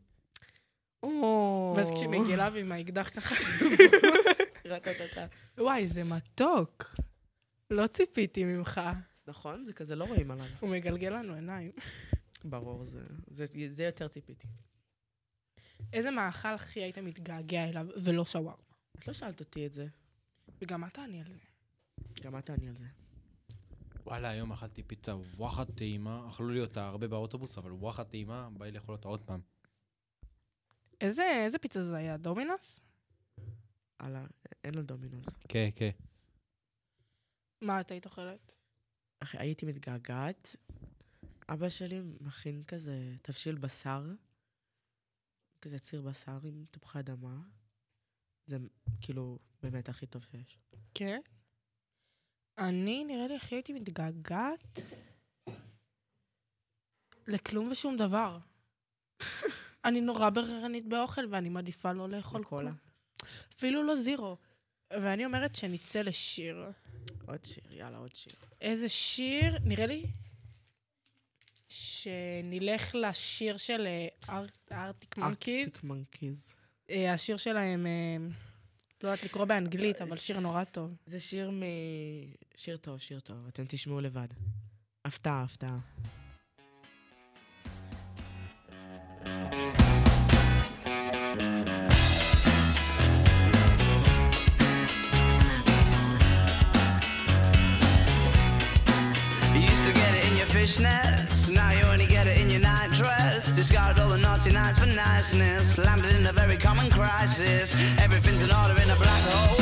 או.
ואז כשהיא מגיעה אליו עם האקדח ככה,
רטטטה.
וואי, זה מתוק. לא ציפיתי ממך.
נכון, זה כזה לא רואים עליו.
הוא מגלגל לנו עיניים.
ברור, זה- זה זה יותר ציפיתי.
איזה מאכל הכי היית מתגעגע אליו ולא שווארמה?
את לא שאלת אותי את זה,
וגם מה תעני על זה?
גם את תעני על זה.
וואלה, היום אכלתי פיצה וואחד טעימה, אכלו לי אותה הרבה באוטובוס, אבל וואחד טעימה, בא לי לאכול אותה עוד פעם.
איזה, איזה פיצה זה היה? דומינוס?
הלאה, אין על דומינוס.
כן, כן.
מה את היית אוכלת?
אחי, הייתי מתגעגעת. אבא שלי מכין כזה תבשיל בשר, כזה ציר בשר עם תפוחי אדמה. זה כאילו באמת הכי טוב שיש.
כן. אני, נראה לי, הכי הייתי מתגעגעת לכלום ושום דבר. אני נורא בררנית באוכל, ואני מעדיפה לא לאכול
קולה.
כלום. אפילו לא זירו. ואני אומרת שנצא לשיר.
עוד שיר, יאללה, עוד שיר.
איזה שיר, נראה לי שנלך לשיר של אה, ארטיק מנקיז.
ארקטיק מנקיז.
אה, השיר שלהם, אה, לא יודעת לקרוא באנגלית, אבל שיר נורא טוב.
זה שיר מ... שיר טוב, שיר טוב, אתם תשמעו לבד. הפתעה, הפתעה.
You used to get it in your fishnets, now you only get it in your night dress. Discarded all the naughty nights for niceness, landed in a very common crisis. Everything's in order in a black hole,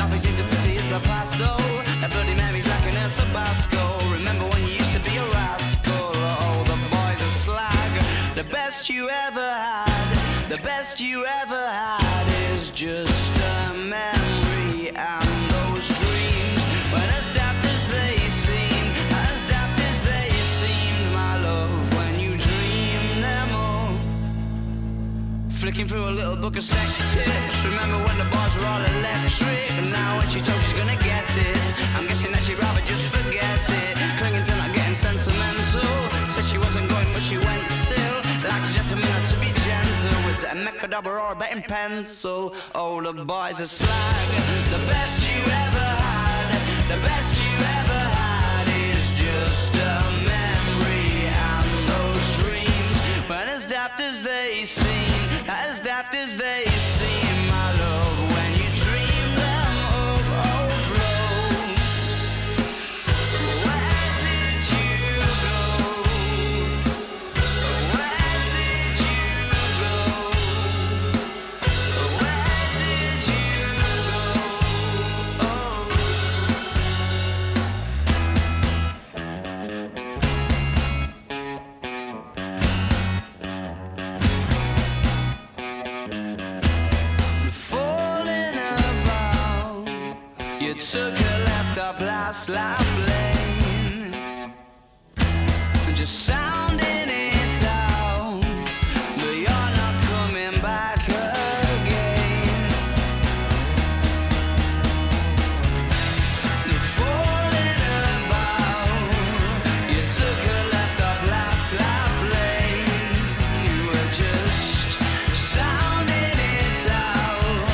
nothing seems to pity is the past though. That bloody memory's like an El Tabasco. Remember when you used to be a rascal? Oh, the boys are slag. The best you ever had, the best you ever had is just a memory and those dreams. But as daft as they seem, as daft as they seemed, my love, when you dream them all. Flicking through a little book of sex tips. Remember when the bars were all electric? And now when she told she's gonna get it, I'm guessing that she'd rather just forget it. Clinging to not getting sentimental. Said she wasn't going, but she went still. Like a gentleman had to be gentle. Was it a mechadobber or a betting pencil? Oh, the boys are slag. The best you ever had, the best you ever had is just a memory and those dreams. But as daft as they seem, as daft as they seem, my love, when you dream them of overflow, where did you go? Where did you go? Where did you go? Oh. falling about. You took a left off last lap lane. Just sounding it out, but you're not coming back again. You're falling about. You took a left off last lap lane. You were just sounding it out,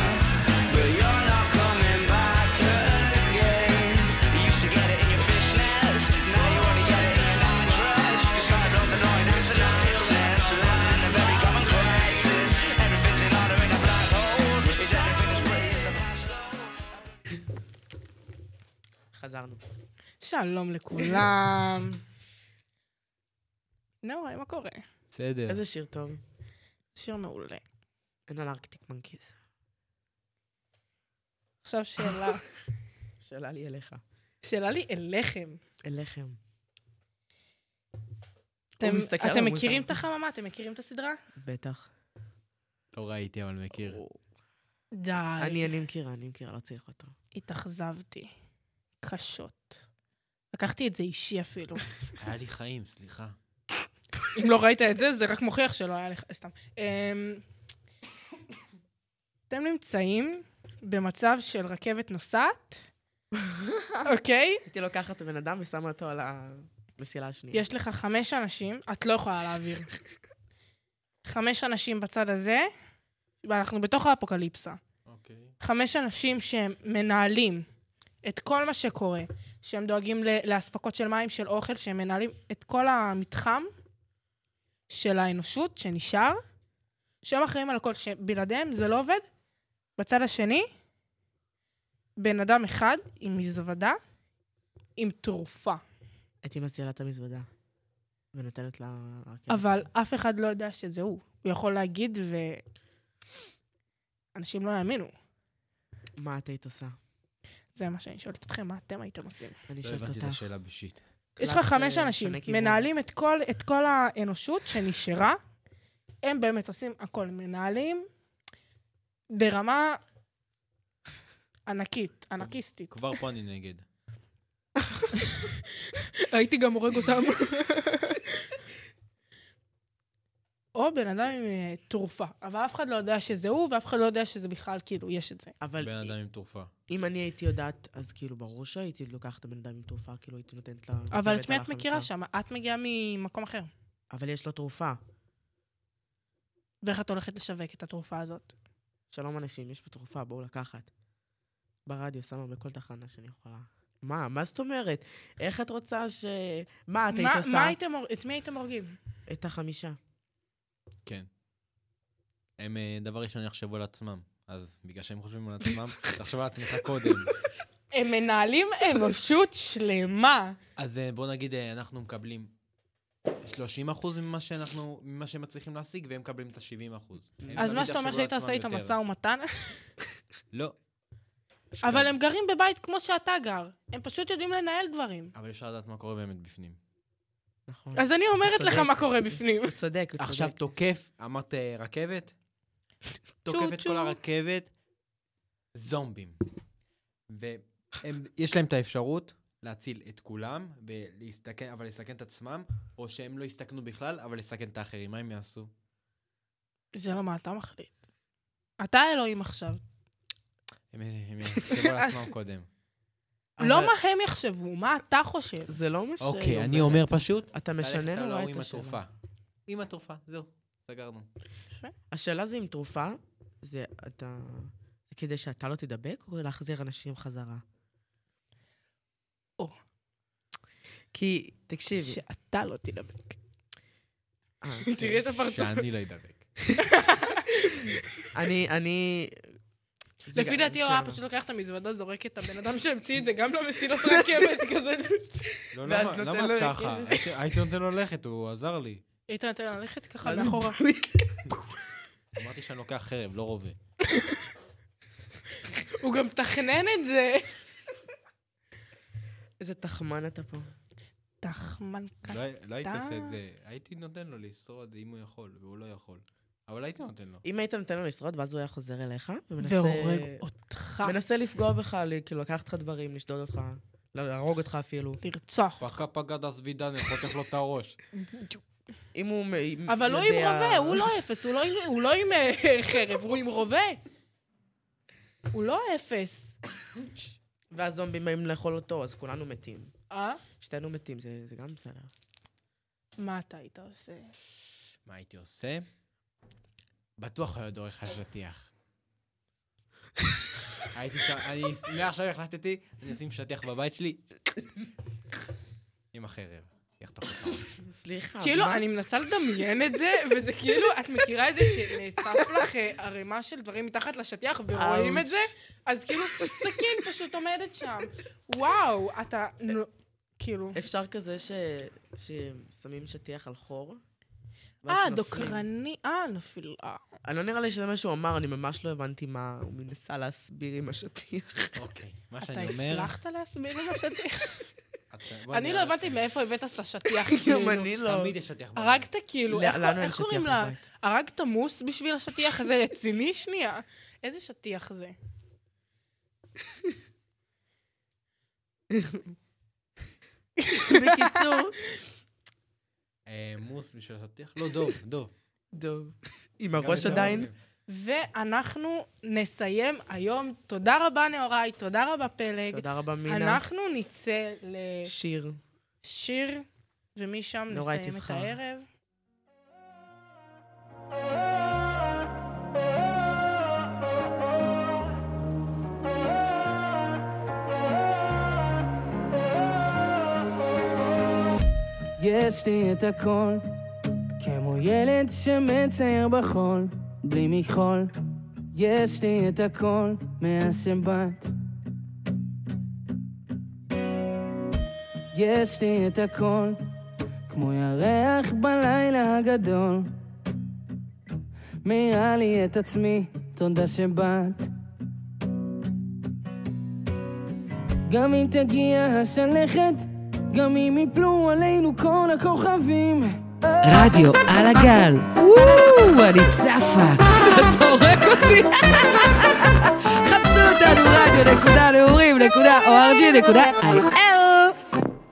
but you're not coming back again. You used to get it in your fishnets, now you only get it in your night dress. You started off the night as a niceness, living in a very common crisis. Everything's in order in a black hole. Is everything as pretty as the past?
חזרנו.
שלום לכולם. נאורי, מה קורה?
בסדר.
איזה שיר טוב.
שיר מעולה.
אין על ארקטיק מנקיז.
עכשיו שאלה,
שאלה לי אליך.
שאלה לי אליכם.
אליכם.
אתם,
מסתכל
אתם
עליו
מכירים את
מוזר.
החממה? אתם מכירים את הסדרה?
בטח.
לא ראיתי, אבל מכיר.
די.
אני, אני מכירה, אני מכירה, לא צריך אותה.
התאכזבתי. קשות. לקחתי את זה אישי אפילו.
היה לי חיים, סליחה.
אם לא ראית את זה, זה רק מוכיח שלא היה לך, סתם. אמ, אתם נמצאים במצב של רכבת נוסעת, אוקיי?
הייתי לוקחת בן אדם ושמה אותו על המסילה השנייה.
יש לך חמש אנשים, את לא יכולה להעביר. חמש אנשים בצד הזה, ואנחנו בתוך האפוקליפסה.
אוקיי.
חמש אנשים שהם מנהלים את כל מה שקורה, שהם דואגים ל- לאספקות של מים, של אוכל, שהם מנהלים את כל המתחם של האנושות שנשאר, שהם אחראים על הכל, שבלעדיהם זה לא עובד. בצד השני, בן אדם אחד עם מזוודה, עם תרופה.
הייתי מסילה את המזוודה. ונותנת לה... לרכבת.
אבל אף אחד לא יודע שזה הוא. הוא יכול להגיד ו... אנשים לא יאמינו.
מה את היית עושה?
זה מה שאני שואלת אתכם, מה אתם הייתם עושים?
אני
לא
שואלת
הבנתי את
אותך.
השאלה בשיט.
יש לך
רק,
חמש
אה,
אנשים,
משנה כיוון.
מנהלים את כל, את כל האנושות שנשארה, הם באמת עושים הכל, מנהלים ברמה ענקית, ענקיסטית.
כבר פה אני נגד.
הייתי גם הורג אותם. או בן אדם עם אה, תרופה, אבל אף אחד לא יודע שזה הוא, ואף אחד לא יודע שזה בכלל, כאילו, יש את זה.
אבל
בן אדם עם תרופה.
אם אני הייתי יודעת, אז כאילו, ברור שהייתי לוקחת את הבן אדם עם תרופה, כאילו, הייתי נותנת לה...
אבל
נותנת
את מי
לה
את מכירה
חמישה.
שם? את מגיעה ממקום אחר.
אבל יש לו תרופה.
ואיך את הולכת לשווק את התרופה הזאת?
שלום אנשים, יש פה תרופה, בואו לקחת. ברדיו, שמה בכל תחנה שאני יכולה. מה? מה זאת אומרת? איך את רוצה ש... מה את היית
מה-
עושה?
מה הייתם הור- את מי הייתם הורגים?
את החמישה.
כן. הם אה, דבר ראשון יחשבו על עצמם. אז בגלל שהם חושבים על עצמם, תחשוב על עצמך קודם.
הם מנהלים אנושות שלמה.
אז אה, בוא נגיד, אה, אנחנו מקבלים 30% ממה שאנחנו, ממה שהם מצליחים להשיג, והם מקבלים את ה-70%. הם
אז
תמיד
מה שאתה אומר
יחשבו
שהיית
על
עושה
עצמם
איתם
יותר.
משא ומתן,
לא.
אבל הם גרים בבית כמו שאתה גר. הם פשוט יודעים לנהל דברים.
אבל אפשר לדעת מה קורה באמת בפנים.
נכון.
אז אני אומרת לך
צודק.
מה קורה בפנים.
הוא צודק, הוא צודק.
עכשיו תוקף, אמרת אה, רכבת? תוקף את
צ'ו.
כל הרכבת, זומבים. ויש להם את האפשרות להציל את כולם, ולהסתכן, אבל לסכן את עצמם, או שהם לא יסתכנו בכלל, אבל לסכן את האחרים. מה הם יעשו?
זה לא מה אתה מחליט. אתה האלוהים עכשיו.
הם, הם יחשבו על עצמם קודם.
אבל
לא מה הם יחשבו, מה אתה חושב.
זה לא מה ש...
אוקיי, אני אומר פשוט,
אתה
ללכת
משנה
על
נורא
ההוא
את
עם
השאלה.
התרופה. עם התרופה, זהו, סגרנו.
השאלה זה אם תרופה, זה אתה... זה כדי שאתה לא תדבק, או להחזיר אנשים חזרה?
או.
כי, תקשיבי,
שאתה לא תדבק.
אה,
תראי את הפרצוף.
שאני לא אדבק.
אני, אני... זה
לפי
גם-
דעתי הוא היה
שם.
פשוט לוקח את המזוודה, זורק את הבן אדם שהמציא את זה, גם לא למסילות רכבת כזה.
לא, למה
ואז נותן
למה
לו
את ככה?
ללכת.
הייתי- הייתי נותן לו ללכת, הוא עזר לי.
היית נותן לה ללכת ככה
אז-
מאחורה.
אמרתי שאני לוקח חרב, לא רובה.
הוא גם תכנן את זה.
איזה תחמן אתה פה.
תחמן ככה.
לא- לא הייתי
אתה-
עושה את זה, הייתי נותן לו לשרוד אם הוא יכול, והוא לא יכול. אבל הייתי נותן לו.
אם היית נותן לו לשרוד, ואז הוא היה חוזר אליך, ומנסה...
והורג אותך.
מנסה לפגוע בך, ל- כאילו, לקחת לך דברים, לשדוד אותך, ל- להרוג אותך אפילו.
לרצוח.
פקה פגד אסבידן, חותך לו את הראש.
אם הוא מ- יודע...
אבל לא הוא עם רובה, הוא לא אפס, הוא לא עם- הוא לא עם אה, חרב, הוא עם רובה. הוא לא אפס.
והזומבים באים לאכול אותו, אז כולנו מתים.
אה?
שתינו מתים, זה זה גם בסדר.
מה אתה היית עושה?
מה הייתי עושה? בטוח היה דורך השטיח. הייתי שם, אני, מעכשיו החלטתי, אני אשים שטיח בבית שלי. עם החרב. יחתוך את הראש.
סליחה,
כאילו, אני מנסה לדמיין את זה, וזה כאילו, את מכירה את זה שנאסף לך אה, ערימה של דברים מתחת לשטיח ורואים את זה? אז כאילו, סכין פשוט עומדת שם. וואו, אתה... נו, כאילו...
אפשר כזה ש... ששמים שטיח על חור, ואז
אה,
נופלים.
דוקרני, אה, נפילה.
אני לא נראה לי שזה מה שהוא אמר, אני ממש לא הבנתי מה הוא מנסה להסביר עם השטיח.
אוקיי, מה
אתה
שאני אומר...
הצלחת להסביר לי מה שטיח?
אתה- בוא
אני לא
נראה לך.
הבנתי מאיפה הבאת את השטיח,
גם
כאילו.
אני לא.
תמיד יש שטיח בבית.
הרגת כאילו,
לא,
איך-
לנו אין
איך
שטיח
קוראים לה?
בבית.
הרגת מוס בשביל השטיח הזה? רציני שנייה. איזה שטיח זה?
בקיצור,
אה, מוס בשביל השטיח? לא, דוב, דוב.
דוב. עם
גם לא
הראש
את זה
עדיין?
אומרים.
ואנחנו נסיים היום. תודה רבה, נהוראי, תודה רבה, פלג.
תודה רבה, מינה.
אנחנו נצא
שיר.
לשיר, ומשם
נוראי
נסיים את
תבחר.
הערב.
יש לי את הכל, כמו ילד שמצייר בחול, בלי מכחול. יש לי את הכל, מאז שבאת. יש לי את הכל, כמו ירח בלילה הגדול. מאירה לי את עצמי, תודה שבאת. גם אם תגיע השלכת, גם אם יפלו עלינו כל הכוכבים. אה.
רדיו על הגל. וואו, אני צפה. אתה הורג אותי. חפשו אותנו רדיו נקודה נעורים נקודה אורג'י נקודה איי-אל.